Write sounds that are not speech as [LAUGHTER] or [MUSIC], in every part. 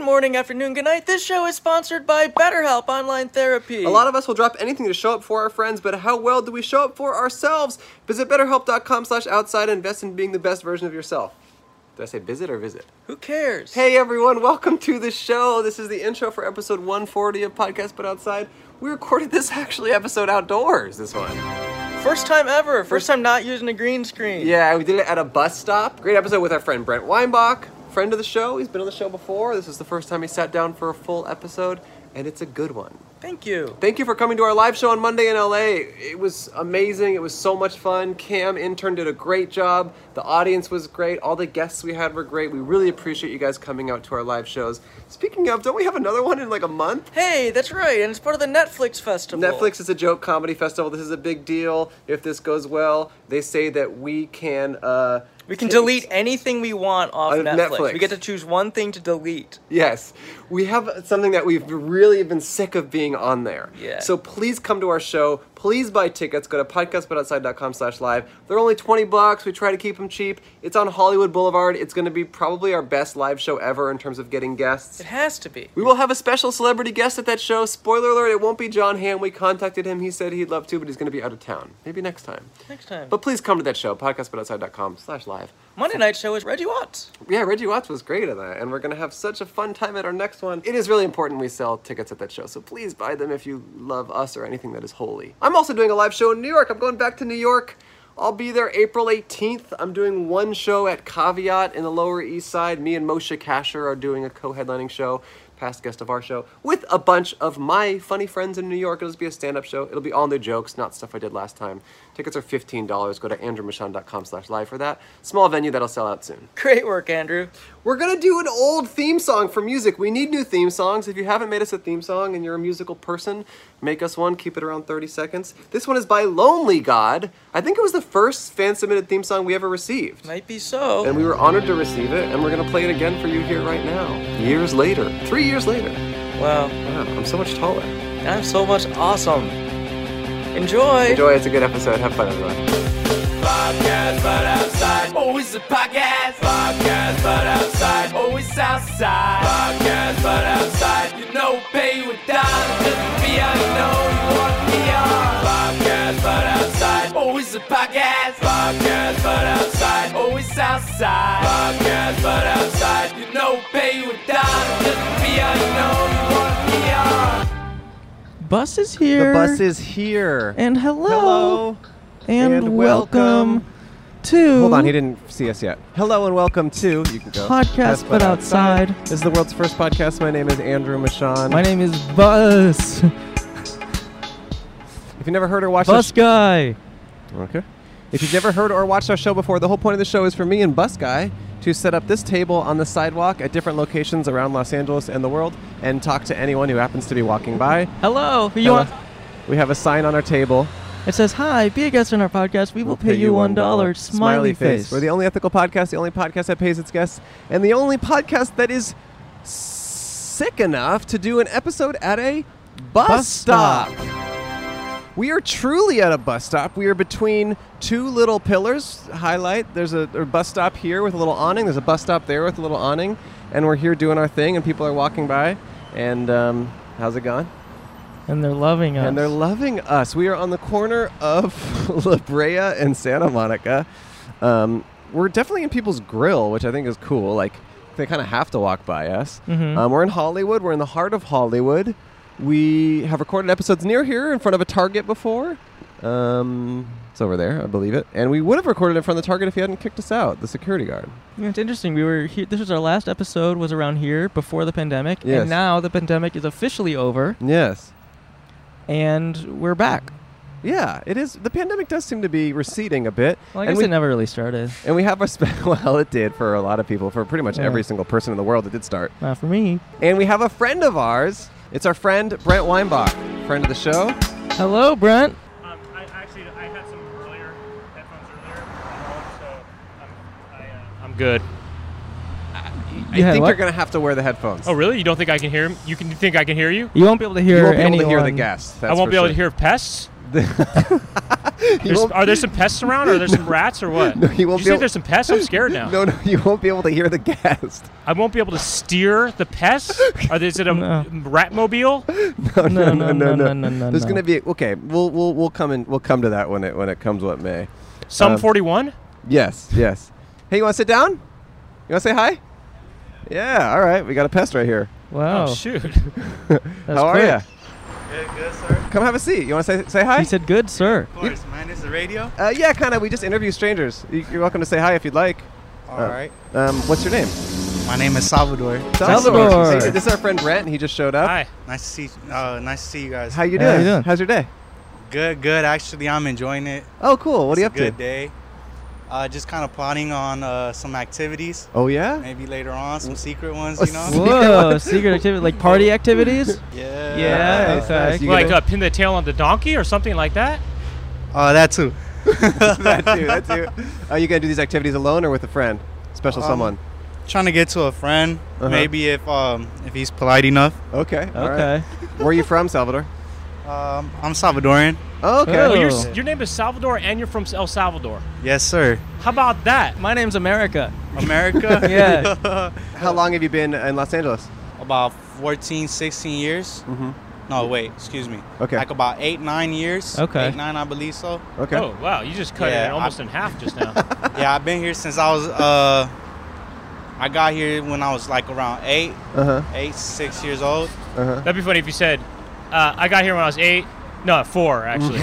morning, afternoon, good night. This show is sponsored by BetterHelp Online Therapy. A lot of us will drop anything to show up for our friends, but how well do we show up for ourselves? Visit betterhelp.com slash outside and invest in being the best version of yourself. Did I say visit or visit? Who cares? Hey everyone, welcome to the show. This is the intro for episode 140 of Podcast But Outside. We recorded this actually episode outdoors, this one. First time ever. First time not using a green screen. Yeah, we did it at a bus stop. Great episode with our friend Brent Weinbach, friend of the show. He's been on the show before. This is the first time he sat down for a full episode, and it's a good one. Thank you. Thank you for coming to our live show on Monday in LA. It was amazing. It was so much fun. Cam, intern, did a great job. The audience was great. All the guests we had were great. We really appreciate you guys coming out to our live shows. Speaking of, don't we have another one in like a month? Hey, that's right, and it's part of the Netflix festival. Netflix is a joke comedy festival. This is a big deal. If this goes well, they say that we can. Uh, We can take- delete anything we want off Out of Netflix. Uh, Netflix. We get to choose one thing to delete. Yes, we have something that we've really been sick of being on there. Yeah. So please come to our show. Please buy tickets. Go to podcastbutoutside.com slash live. They're only 20 bucks. We try to keep them cheap. It's on Hollywood Boulevard. It's going to be probably our best live show ever in terms of getting guests. It has to be. We will have a special celebrity guest at that show. Spoiler alert, it won't be John Hamm. We contacted him. He said he'd love to, but he's going to be out of town. Maybe next time. Next time. But please come to that show, podcastbutoutside.com slash live. Monday night show is Reggie Watts. Yeah, Reggie Watts was great at that, and we're gonna have such a fun time at our next one. It is really important we sell tickets at that show, so please buy them if you love us or anything that is holy. I'm also doing a live show in New York. I'm going back to New York. I'll be there April 18th. I'm doing one show at Caveat in the Lower East Side. Me and Moshe Kasher are doing a co-headlining show, past guest of our show, with a bunch of my funny friends in New York. It'll just be a stand-up show. It'll be all new jokes, not stuff I did last time. Tickets are $15. Go to andrewmichon.com slash live for that. Small venue that'll sell out soon. Great work, Andrew. We're gonna do an old theme song for music. We need new theme songs. If you haven't made us a theme song and you're a musical person, make us one. Keep it around 30 seconds. This one is by Lonely God. I think it was the first fan submitted theme song we ever received. Might be so. And we were honored to receive it, and we're gonna play it again for you here right now. Years later, three years later. Wow. Wow, I'm so much taller. I'm so much awesome. Enjoy. Enjoy, it's a good episode. Have fun, everyone. Podcast, but outside. Always a podcast. Podcast, but outside. Always outside. Podcast, but outside. You know, pay with down. Just be out, you know, you want me on. Podcast, but outside. Always a podcast. Podcast, but outside. Always outside. Podcast, but outside. You know, pay with down. Just be out, you know, you want me on. Bus is here. The bus is here. And hello. Hello. And, and welcome, welcome. to. Hold on, he didn't see us yet. Hello and welcome to you can go Podcast, Podcast but outside. This is the world's first podcast. My name is Andrew Michon. My name is Bus. [LAUGHS] if you never heard or watched Bus our guy. sh- okay. If you've never heard or watched our show before, the whole point of the show is for me and Bus Guy to set up this table on the sidewalk at different locations around Los Angeles and the world and talk to anyone who happens to be walking by. Hello. Who you Hello. want? We have a sign on our table. It says, "Hi, be a guest on our podcast. We will pay, you one dollar." Smiley face. We're the only ethical podcast, the only podcast that pays its guests, and the only podcast that is sick enough to do an episode at a bus, Bus stop. stop. We are truly at a bus stop. We are between two little pillars. Highlight. There's a, a bus stop here with a little awning. There's a bus stop there with a little awning, and we're here doing our thing, and people are walking by. And um, how's it going? and they're loving us. And they're loving us. We are on the corner of [LAUGHS] La Brea and Santa Monica. Um, we're definitely in people's grill, which I think is cool. Like, they kind of have to walk by us. Mhm. Um, we're in Hollywood. We're in the heart of Hollywood. We have recorded episodes near here in front of a Target before. Um, it's over there, I believe it. And we would have recorded in front of the Target if he hadn't kicked us out, the security guard. Yeah, it's interesting. We were here. This was our last episode. Was around here before the pandemic, Yes. and now the pandemic is officially over, Yes. and we're back. Yeah, it is. The pandemic does seem to be receding a bit. Well, I and guess we it never really started. And we have [LAUGHS] a spe- well, it did for a lot of people, for pretty much Yeah. every single person in the world. It did start. Not for me. And we have a friend of ours. It's our friend Brent Weinbach, friend of the show. Hello, Brent. Um, I actually I had some earlier headphones earlier, at home, so I'm, I, uh, I'm good. I had think what? you're gonna have to wear the headphones. Oh really? You don't think I can hear? You can you think I can hear you? You won't be able to hear You won't be able to hear the anyone. guest. I won't be able to hear pests. to hear. You [LAUGHS] There's, won't- are there some pests around? Are there some rats or [LAUGHS] what? No, you won't Did be you able- think there's some pests? I'm scared [LAUGHS] now. no, no, you won't be able to hear the gas. I won't be able to steer the pests. Are there, is it a No. rat mobile? [LAUGHS] No, no, no, no, No, no, no, no, no, no, There's no. gonna be okay. We'll we'll we'll come and we'll come to that when it when it comes what may. Some Um, 41? Yes, yes. Hey, you want to sit down? You want to say hi? Yeah. All right. We got a pest right here. Wow. Oh, shoot. That's How quick. are Good, good, sir. you? Come have a seat. You want to say say hi? He said, "Good sir." Of course, man. This is radio. uh, yeah, kind of. We just interview strangers. You, you're welcome to say hi if you'd like. All right. Um, what's your name? My name is Salvador. Salvador. Hey, this is our friend Brent. He just showed up. Hi. Nice to see. Uh, nice to see you guys. How you Hey, how doing? you doing? How's your day? Good, good. Actually, I'm enjoying it. Oh, cool. What it's are you a up good to? day. Uh, just kind of planning on uh, some activities. Oh yeah. Maybe later on, some secret ones, Oh, you know? sweet. [LAUGHS] Whoa, secret activity like party activities. Yeah. Yeah, Oh, nice, nice. You Like gonna- [LAUGHS] uh, pin the tail on the donkey or something like that? Uh, that [LAUGHS] too. [LAUGHS] that too. That too. Are you gonna do these activities alone or with a friend, special Um, someone? Trying to get to a friend. Uh-huh. Maybe if um, if he's polite enough. Okay. [LAUGHS] all right. Okay. Where are you from, Salvador? Um, I'm Salvadoran. Oh, okay. Well, your, Oh. your name is Salvador and you're from El Salvador. Yes, sir. How about that? My name's America. [LAUGHS] America. Yeah. How long have you been in Los Angeles? [LAUGHS] about 14, 16 years. Mm-hmm. No, wait, excuse me. Okay. Like about eight, nine years. Okay. Eight, nine, I believe so. Okay. Oh, wow. You just cut Yeah, it almost in half just now. [LAUGHS] yeah, I've been here since I was, uh, I got here when I was like around eight, Uh huh. eight, six years old. Uh huh. That'd be funny if you said, uh, I got here when I was eight. No, four, [LAUGHS] actually.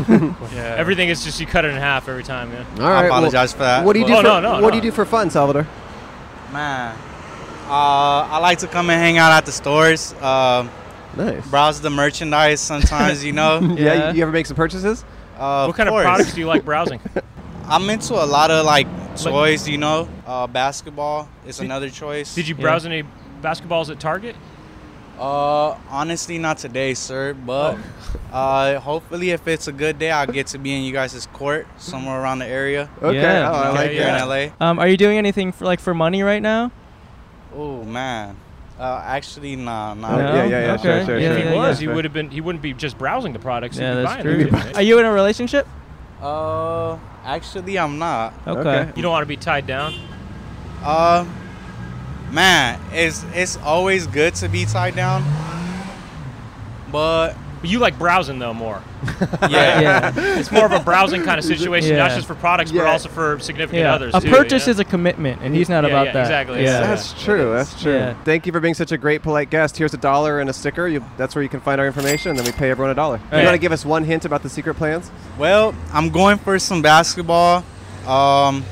Yeah. Everything is just you cut it in half every time, yeah. All I right. apologize for that. Well, what do you do? Oh, for, no, no, What no. do you do for fun, Salvador? do? Man. Uh, I like to come and hang out at the stores, uh, Nice. browse the merchandise sometimes, you know. Yeah. Yeah. You, you ever make some purchases? Uh, what kind of course. products do you [LAUGHS] like browsing? I'm into a lot of like toys, you know. Uh, basketball is another choice. Did you Yeah. browse any basketballs at Target? Uh, honestly, not today, sir. But Oh. uh, hopefully, if it's a good day, I'll get to be in you guys' court somewhere around the area. Okay. Yeah. Oh, I Okay, like yeah. that. in Um, are you doing anything for like for money right LA. now? Oh man, uh, actually, nah, nah. Oh, No? Yeah, yeah, yeah. Sure, Okay. sure, Yeah, if he yeah, was, yeah. he would have been. He wouldn't be just browsing the products. Yeah, he'd be that's buying true. them, right? Are you in a relationship? Uh, actually, I'm not. [LAUGHS] Okay. You don't want to be tied down. Uh, man, it's it's always good to be tied down. [LAUGHS] But But you like browsing though more. yeah, [LAUGHS] Yeah. It's more of a browsing [LAUGHS] kind of situation, not Yeah. just for products, but Yeah. also for significant Yeah. others. A too, purchase yeah? is a commitment, and he's not Yeah, about yeah, that. exactly. Yeah. Yeah. That's true. That's true. Yeah. Thank you for being such a great, polite guest. Here's a dollar and a sticker. You, that's where you can find our information, and then we pay everyone a dollar. You Yeah. want to give us one hint about the secret plans? Well, I'm going for some basketball. Um,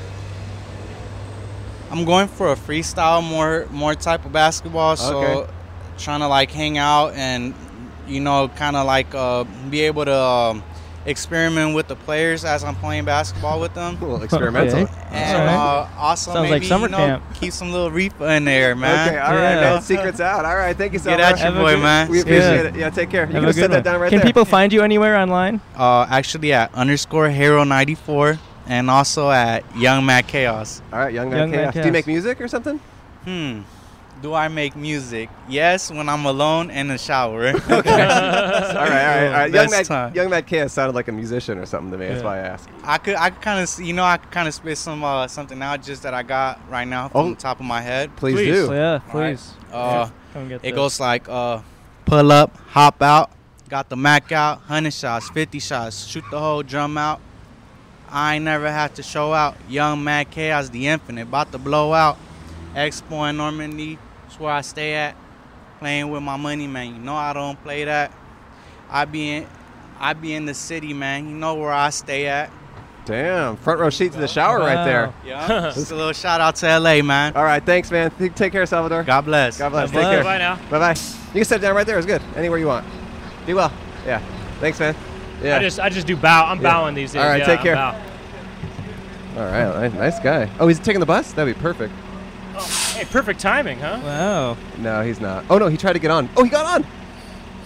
I'm going for a freestyle more more type of basketball. So, Okay. trying to like hang out and you know kind of like uh, be able to um, experiment with the players as I'm playing basketball with them. Cool. [LAUGHS] Experimental. Okay. And Alright. uh, also Sounds like maybe summer you know, camp. keep some little reefer in there, man. Okay, all right, Yeah. man. Secret's out. All right, thank you so Get much. at your Have a boy, good- man. we appreciate Yeah. it. Yeah, take care. You Have can a just good set one. that down right Can there. people find you anywhere online? Uh, actually at underscore hero 94 and also at young Matt chaos. All right, young man, Young Man chaos. Do you Chaos. make music or something? Hmm. Do I make music? Yes, when I'm alone in the shower. all right, all right, all right. Best Young Mad, time. young Mad Chaos sounded like a musician or something to me. That's Yeah. why I asked. I could, I could kind of, you know, I could kind of spit some uh, something out just that I got right now from Oh. the top of my head. Please, Please. do. Oh, Yeah, All right. please. Uh, Come get It this. goes like, uh, pull up, hop out, got the Mac out, hundred shots, fifty shots, shoot the whole drum out. I ain't never had to show out. Young Mad Chaos, the infinite, about to blow out. Expo in Normandy, it's where I stay at. Playing with my money, man. You know I don't play that. I be in, I be in the city, man. You know where I stay at. Damn, front row seat to the shower right there. Wow. Yeah. [LAUGHS] Just a little shout out to LA, man. All right, thanks, man. Th- Take care, Salvador. God bless. God bless. God Take care. Bye now. Bye bye. You can set down right there. It's good. Anywhere you want. Do well. Yeah. Thanks, man. Yeah. I just, I just do bow. I'm bowing these days. All right, yeah, take I'm care. bow. All right. ni- Nice guy. Oh, he's taking the bus? That'd be perfect. Hey, perfect timing, huh? Wow. No, he's not. Oh no, he tried to get on. Oh, he got on.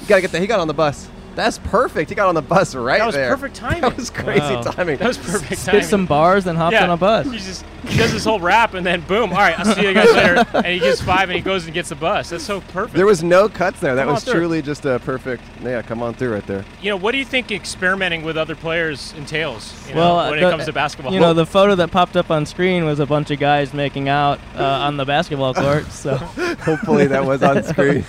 You gotta get that. He got on the bus. That's perfect. He got on the bus right That was there. [LAUGHS] perfect timing. That was crazy Wow. timing. That was perfect timing. Hit some bars, then hopped yeah. on a bus. You just He does his whole rap and then boom. All right, I'll see you guys [LAUGHS] later. And he gives five and he goes and gets the bus. That's so perfect. There was no cuts there. That Come on was through. truly just a perfect. Yeah, come on through right there. you know, what do you think experimenting with other players entails? You know, well, when the- uh, it comes to basketball, you know, the photo that popped up on screen was a bunch of guys making out uh, on the basketball court. [LAUGHS] So Hopefully that was on screen.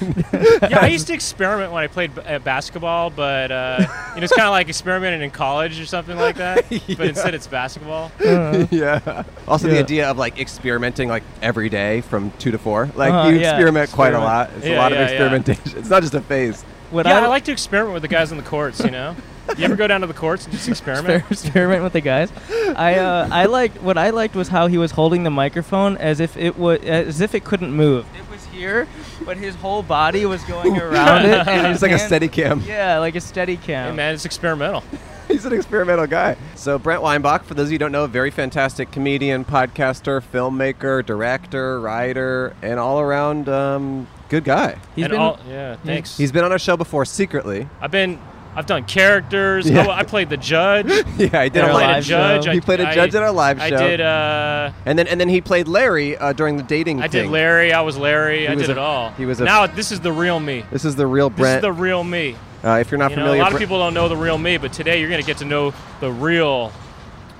yeah, [LAUGHS] I used to experiment when I played b- uh, basketball, but uh, you know, it's kind of like experimenting in college or something [LAUGHS] like that. But instead, it's basketball. [LAUGHS] yeah. Also, the Yeah. idea of like experimenting like every day from two to four. Like Uh-huh, you yeah. experiment quite a Experiment. lot. It's a Yeah, lot yeah, of yeah. experimentation. It's not just a phase. [LAUGHS] what yeah, I, I like to experiment with the guys on the courts. You know, you ever go down to the courts and just experiment? exper- [LAUGHS] experiment with the guys. I uh, I liked what I liked was how he was holding the microphone as if it was as if it couldn't move. It was here, but his whole body was going around it. And It's like a his hand- steady cam. Yeah, like a steady cam. Hey, man, it's experimental. [LAUGHS] He's an experimental guy. So Brent Weinbach, for those of you who don't know, very fantastic comedian, podcaster, filmmaker, director, writer, and all around um, good guy. He's and been- all, yeah, thanks. He's been on our show before secretly. [LAUGHS] I've been, I've done characters. Yeah. Oh, I played the judge. yeah, he did Our I a played a live judge. show. I, He played a I- judge at our live I show. did. Uh, And then and then he played Larry uh, during the dating I thing. did Larry. I was Larry. I was did a- it all. he was a- now this is the real me. This is the real This is Brent. the real me. uh, if you're not You know, a familiar, lot of Bre- people don't know the real me, but today you're gonna get to know the real,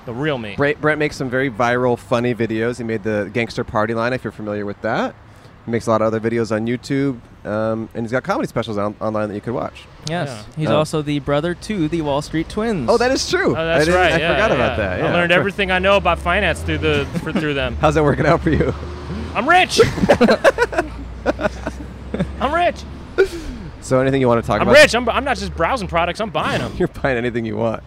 the real me. Brent, Brent makes some very viral, funny videos. He made the Gangster Party line, if you're familiar with that. He makes a lot of other videos on YouTube, um, and he's got comedy specials on, online that you could watch. yes, Yeah. he's Oh. also the brother to the Wall Street Twins. Oh, that is true. Oh, that's I didn't- right. I yeah, forgot about yeah. that. Yeah. I learned everything I know about finance through the for, through them. [LAUGHS] How's that working out for you? [LAUGHS] I'm rich. I'm rich. So, anything you want to talk I'm about? rich. I'm, I'm not just browsing products. I'm buying them. [LAUGHS] You're buying anything you want.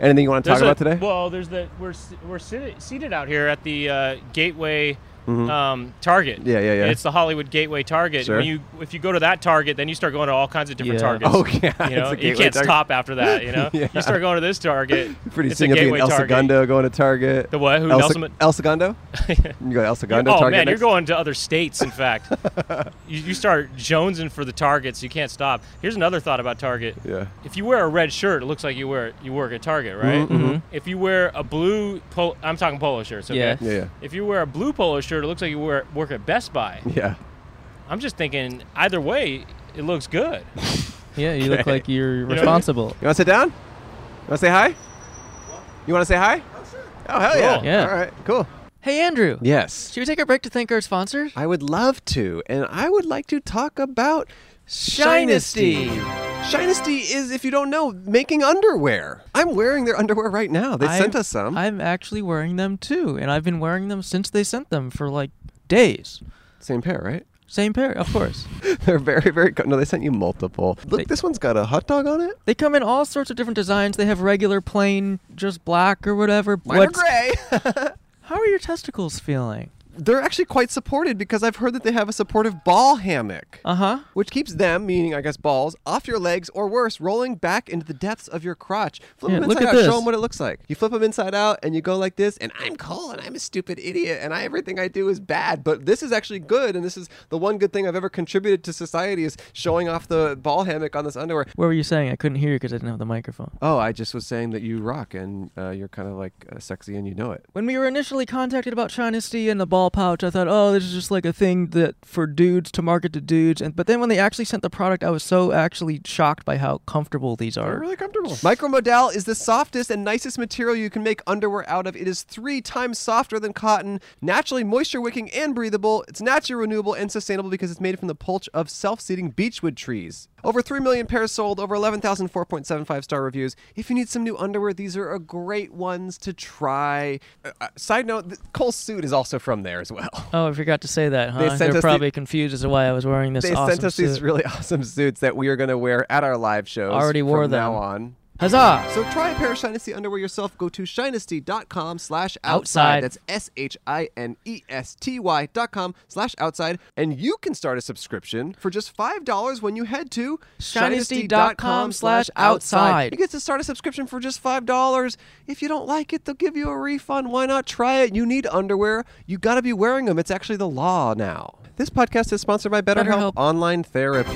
Anything you want to talk about [LAUGHS] today? Well, there's the we're s- we're seated, seated out here at the uh, Gateway um, Target. Mm-hmm. Yeah, yeah, yeah. It's the Hollywood Gateway Target. Sure. When you if you go to that Target, then you start going to all kinds of different Yeah. targets. Oh, yeah, you [LAUGHS] know it's a you Gateway can't Target. stop after that. You know, [LAUGHS] Yeah. you start going to this Target. [LAUGHS] Pretty it's soon a you'll be in Gateway El Target. Segundo going to Target. The what? Who, El, Nelson Ma- El [LAUGHS] Segundo? you go to El Segundo oh Target man, next? you're going to other states. In fact, [LAUGHS] you, you start jonesing for the targets. You can't stop. Here's another thought about Target. Yeah. If you wear a red shirt, it looks like you wear you work at Target, right? Mm-hmm, If you wear a blue, pol- I'm talking polo shirts. Okay? Yeah. Yeah, yeah. If you wear a blue polo shirt, it looks like you wear, work at Best Buy. Yeah. I'm just thinking, either way, it looks good. yeah, you look like you're know- responsible. You want to sit down? You want to say hi? You want to say hi? Oh, hell yeah. Cool. Yeah. All right, cool. Hey, Andrew. Yes. Should we take a break to thank our sponsors? I would love to, and I would like to talk about Shinesty. Shinesty. Shinesty is, if you don't know, making underwear. I'm wearing their underwear right now. They sent I'm- us some. I'm actually wearing them too, and I've been wearing them since they sent them for like days. Same pair, right? [LAUGHS] Same pair, of course. They're very, very good. No, they sent you multiple. Look, They- this one's got a hot dog on it. They come in all sorts of different designs. They have regular, plain, just black or whatever. Mine What's- are [LAUGHS] gray. How are your testicles feeling? They're actually quite supported because I've heard that they have a supportive ball hammock. Uh huh. which keeps them, meaning I guess balls, off your legs or worse, rolling back into the depths of your crotch. Flip Yeah, them look inside out. at Show this. them what it looks like. You flip them inside out and you go like this. And I'm Cole and I'm a stupid idiot and I, everything I do is bad. But this is actually good. And this is the one good thing I've ever contributed to society is showing off the ball hammock on this underwear. What were you saying? I couldn't hear you because I didn't have the microphone. Oh, I just was saying that you rock and uh, you're kind of like uh, sexy and you know it. When we were initially contacted about Shinesty and the ball pouch, I thought, oh, this is just like a thing that for dudes to market to dudes. And but then when they actually sent the product, I was so actually shocked by how comfortable these are. They're really comfortable. Micromodal is the softest and nicest material you can make underwear out of. It is three times softer than cotton, naturally moisture wicking and breathable. It's naturally renewable and sustainable because it's made from the pulch of self seeding beechwood trees. Over 3 million pairs sold, over 11,000 4.75 star reviews. If you need some new underwear, these are a great ones to try. Uh, uh, side note, th- Cole's suit is also from there as well. Oh, I forgot to say that, huh? They They sent us are the- probably confused as to why I was wearing this They awesome sent us suit. these really [LAUGHS] awesome suits that we are going to wear at our live shows. Already wore from now them. on. Huzzah! So try a pair of Shinesty underwear yourself. Go to shinesty.com slash outside. Outside. That's E S-H-I-N-E-S-T-Y dot com slash outside. And you can start a subscription for just $5 when you head to Shinesty.com You get to start a subscription for just $5. If you don't like it, they'll give you a refund. Why not try it? You need underwear. You got to be wearing them. It's actually the law now. This podcast is sponsored by BetterHelp BetterHelp. Online Therapy.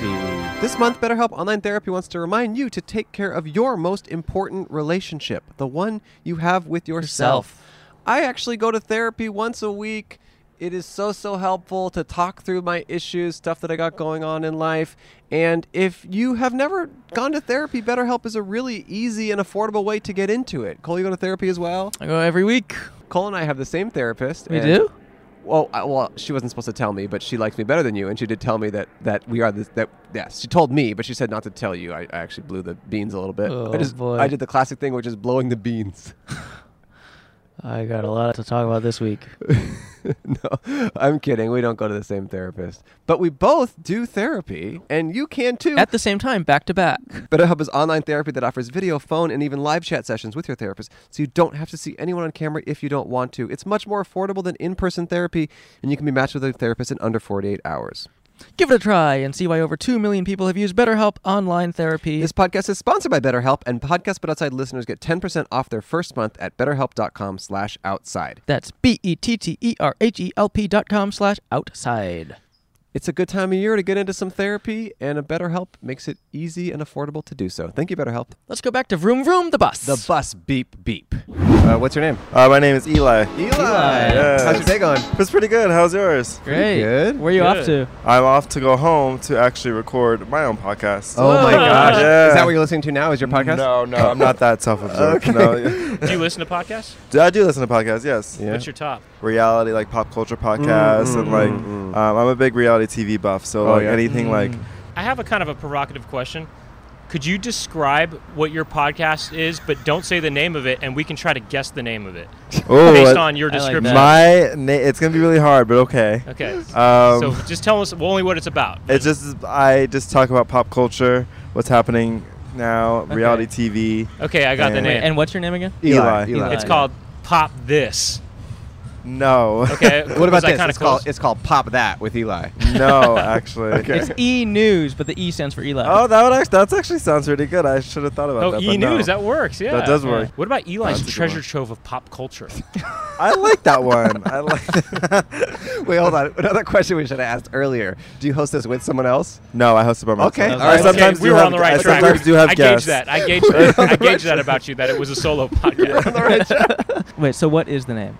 This month, BetterHelp Online Therapy wants to remind you to take care of your most important relationship, the one you have with yourself. Yourself. I actually go to therapy once a week. It is so, so helpful to talk through my issues, stuff that I got going on in life. And if you have never gone to therapy, BetterHelp is a really easy and affordable way to get into it. Cole, you go to therapy as well? I go every week. Cole and I have the same therapist. We and- do? Well, I, well, she wasn't supposed to tell me, but she likes me better than you, and she did tell me that that we are this, that. Yes, she told me, but she said not to tell you. I, I actually blew the beans a little bit. Oh, I just boy. I did the classic thing, which is blowing the beans. I got a lot to talk about this week. [LAUGHS] no, I'm kidding. We don't go to the same therapist, but we both do therapy, and you can too. At the same time, back to back. BetterHelp is online therapy that offers video, phone, and even live chat sessions with your therapist, so you don't have to see anyone on camera if you don't want to. It's much more affordable than in-person therapy, and you can be matched with a therapist in under 48 hours. Give it a try and see why over 2 million people have used BetterHelp online therapy. This podcast is sponsored by BetterHelp, and Podcast But Outside listeners get 10% off their first month at betterhelp.com slash outside. That's B E T T E R H E L P dot com slash outside. It's a good time of year to get into some therapy, and a BetterHelp makes it easy and affordable to do so. Thank you, BetterHelp. Let's go back to Vroom Vroom the bus. The bus beep beep. Uh, what's your name? Uh, my name is Eli. Eli. Yeah. How's your day going? It's pretty good. How's yours? Great. good. Where are you off to? Good. I'm off to go home to actually record my own podcast. Oh my gosh. Yeah. Is that what you're listening to now? Is your podcast? No, no, I'm not that self-absorbed. No. Do you listen [LAUGHS] to podcasts? I do listen to podcasts. Yes, Yeah. Mm, What's your top? reality like pop culture podcasts, and like um, I'm a big reality TV buff, so Oh, like yeah. anything [LAUGHS] like I have a kind of a provocative question. Could you describe what your podcast is, but don't say the name of it, and we can try to guess the name of it oh, based uh, on your I like description? my na- it's gonna be really hard, but okay. okay. Um, so just tell us only what it's about. It's just I just talk about pop culture, what's happening now, reality TV. Okay, I got the And- Uh, name. And what's your name again? Eli. Eli. it's called Pop This. No. Okay. What was about I this? kinda It's called, close? it's called Pop That with Eli. [LAUGHS] no, actually. [LAUGHS] It's E News, but the E stands for Eli. Oh, that would actually, that's actually sounds pretty good. I should have thought about Oh, that. E but no. News. That works. Yeah. does work. What about Eli's That's a good treasure one. trove of pop culture? I like that one. [LAUGHS] I like. [LAUGHS] Wait, hold on. Another question we should have asked earlier. Do you host this with someone else? No, I host it by myself. Okay, all I right. Okay, sometimes we do were have, on the right I track. sometimes do have I guests. gauge that. I gauge that. I gauge that about you that it was a solo podcast. Wait, so what is the name?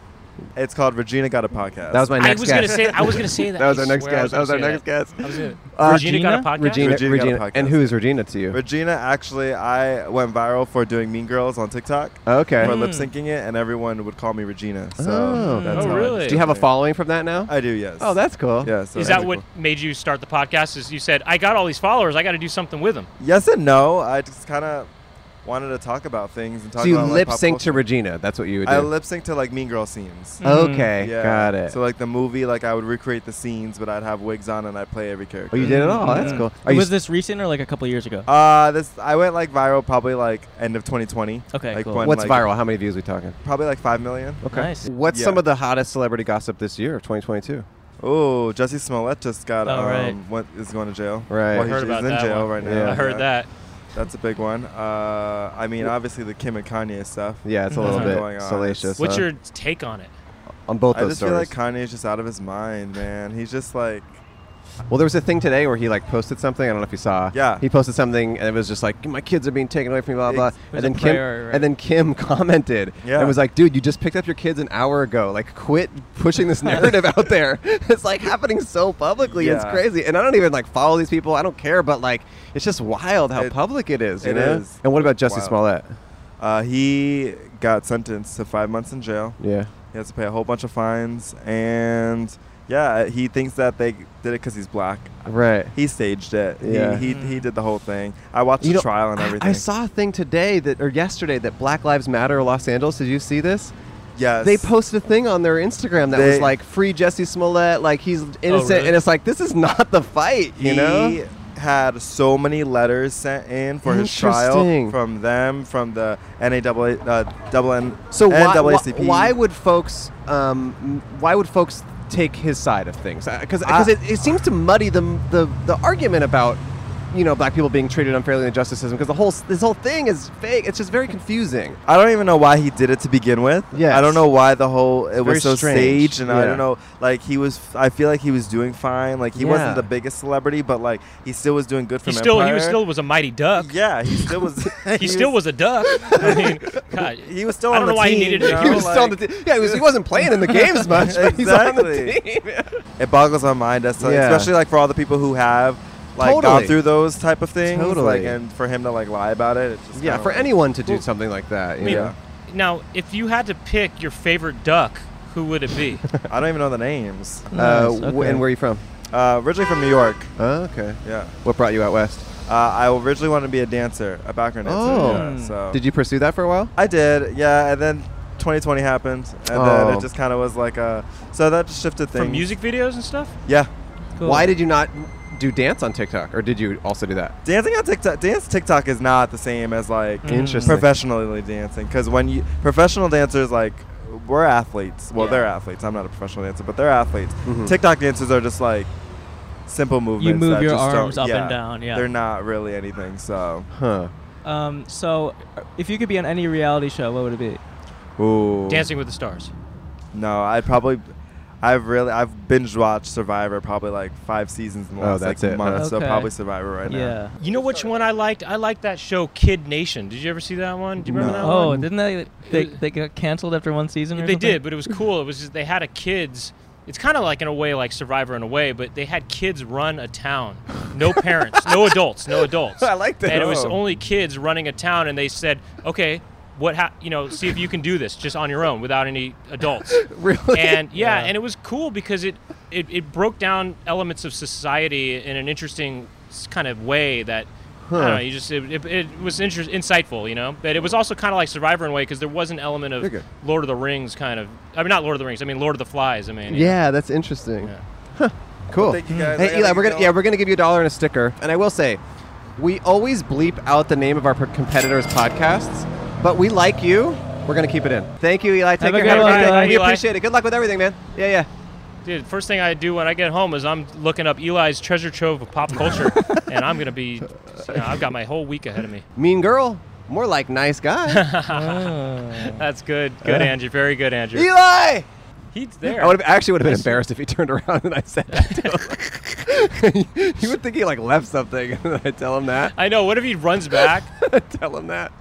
It's called Regina Got a Podcast. That was my I next was guess. gonna say. I was gonna say that. That was I our next swear I guess. That was our gonna next say guess. I was gonna- Uh, Regina got a Gina? podcast. Regina, Regina got a Regina, podcast. and who is Regina to you? Regina actually, I went viral for doing Mean Girls on TikTok okay. Hmm. for lip syncing it, and everyone would call me Regina. So Oh. that's Oh, how I really? just Do you have a became- following from that now? I do. Yes. oh, that's cool. yeah. So Is that's that what cool. made you start the podcast? Is you said I got all these followers. I got to do something with them. Yes and no. I just kind of wanted to talk about things and talk So you about lip like, pop sync to culture. Regina. That's what you would do. I lip sync to like Mean Girl scenes. okay, got it. So like the movie, like I would recreate the scenes, but I'd have wigs on and I'd play every character. oh, you did it all. That's Mm-hmm. cool. Are you was s- this recent or like a couple years ago? Uh, this I went like viral probably like end of 2020. Okay, like cool. when, what's like, viral? How many views we talking? Probably like five million. Okay. Nice. What's Yeah. some of the hottest celebrity gossip this year of 2022? Oh, Jesse Smollett just got Oh, um, right. went, is going to jail. Right. Well, I he's, heard he's about in that jail one. right now. Yeah. I heard Yeah. that. That's a big one. Uh, I mean, obviously the Kim and Kanye stuff. Yeah, it's a That's little what's going bit on. salacious. What's huh? your take on it? on both I those just stories? feel like Kanye's just out of his mind, man. He's just like, Well, there was a thing today where he like posted something. I don't know if you saw. Yeah. He posted something and it was just like, my kids are being taken away from me, blah blah. Ex- blah." It And was then a Kim prayer, right? and then Kim [LAUGHS] commented Yeah. and was like, dude, you just picked up your kids an hour ago. Like, quit pushing this narrative out there. [LAUGHS] It's like happening so publicly. It's Yeah. crazy. And I don't even like follow these people. I don't care. But like, it's just wild how It- public it is. You it know? is. And what about Jesse Wild. Smollett? uh, he got sentenced to five months in jail. Yeah. He has to pay a whole bunch of fines, and yeah, he thinks that they did it because he's black. Right. He staged it. Yeah. He, he, he did the whole thing. I watched You the know, trial and I- everything. I saw a thing today that or yesterday that Black Lives Matter Los Angeles. Did you see this? Yes. They posted a thing on their Instagram that They- Oh, was like free Jesse Smollett, like he's innocent, really? and it's like this is not the fight, you he know? had so many letters sent in for his Interesting. trial from them, from the NAA, uh, double N, So why, why, NAACP. why would folks, um, m- why would folks take his side of things? Uh, Because I- it, it seems to muddy the the, the argument about. you know black people being treated unfairly in the justice system because the whole s- this whole thing is fake. It's just very confusing. I don't even know why he did it to begin with. Yes. I don't know why the whole it very was so strange. staged, and I Yeah. don't know. Like he was, I feel like he was doing fine. Like he Yeah. wasn't the biggest celebrity, but like he still was doing good for He still he was Empire. still was a mighty duck. [LAUGHS] yeah, he still was. [LAUGHS] [LAUGHS] He, still was, a duck. I mean, God, He was still I on don't the know why he team, needed you to- know? [LAUGHS] He [LAUGHS] He was still on the Like, te- yeah, he, was, he wasn't playing in the [LAUGHS] games much, but he's on the Exactly. team. It boggles my mind. That's like- Yeah. especially like for all the people who have like gone Totally. through those type of things. Like, Totally. and for him to like lie about it, it's just yeah, kinda for like- anyone to do something like that, you mean, know. Now, if you had to pick your favorite duck, who would it be? I don't even know the names. Uh, Nice, wh- okay. And where are you from? Uh, originally from New York. Oh, okay. Yeah. What brought you out west? Uh, I originally wanted to be a dancer, a background dancer. Oh. Hmm. Yeah, so Did you pursue that for a while? I did, yeah. And then 2020 happened, and then Oh. it just kind of was like a. So that just shifted things. From music videos and stuff? Yeah. Cool. Why did you not do dance on TikTok, or did you also do that? Dancing on TikTok, dance TikTok is not the same as like Hmm. Interesting. professionally dancing because when you professional dancers like we're athletes. Well, Yeah. they're athletes. I'm not a professional dancer, but they're athletes. Mhm. TikTok dancers are just like simple movements. move that your just don't- arms up and down, yeah. they're not really anything. So, Huh. Um, so, uh, if you could be on any reality show, what would it be? ooh, Dancing with the Stars. No, I probably, I've really, I've binge watched Survivor probably like five seasons in the Oh, last that's like it, month, huh? so Okay. probably Survivor right yeah. You know which one I liked? I liked that show Kid Nation. Did you ever see that one? Do you remember that Oh, one? didn't they they, they got canceled after one season? Or They something? did, but it was cool. It was just they had a kids. It's kind of like in a way like Survivor in a way, but they had kids run a town. [LAUGHS] No parents, no adults, no adults. I like that. And it was Oh. only kids running a town, and they said, "Okay, what? Ha- you know, see if you can do this just on your own without any adults." [LAUGHS] Really? And yeah, and it was cool because it, it it broke down elements of society in an interesting s- kind of way that. I don't know. You just it, it, it was inter- insightful, you know. But it was also kind of like Survivor in a way because there was an element of You're good. Lord of the Rings kind of. I mean, not Lord of the Rings. I mean, Lord of the Flies. I mean. you Yeah, that's interesting. Yeah. Huh, Cool. Mm-hmm. thank you guys. I Hey gotta Eli, get we're gonna going. yeah, we're gonna give you a dollar and a sticker. And I will say, we always bleep out the name of our per- competitors' podcasts, but we like you. We're gonna keep it in. Thank you, Eli. Take a care. good one, day. Eli. We Eli. appreciate it. Good luck with everything, man. Yeah, yeah. know. Dude, first thing I do when I get home is I'm looking up Eli's treasure trove of pop [LAUGHS] culture, and I'm gonna be. you know, I've got my whole week ahead of me. Mean girl, more like nice guy. [LAUGHS] That's good. Good, Andrew. Very good, Andrew. Uh, Eli. He's I, there. would've- I actually would have been embarrassed if he turned around and I said that. To him. [LAUGHS] you would think he like left something, and then I tell him that. [LAUGHS] I know. What if he runs back? I tell him that.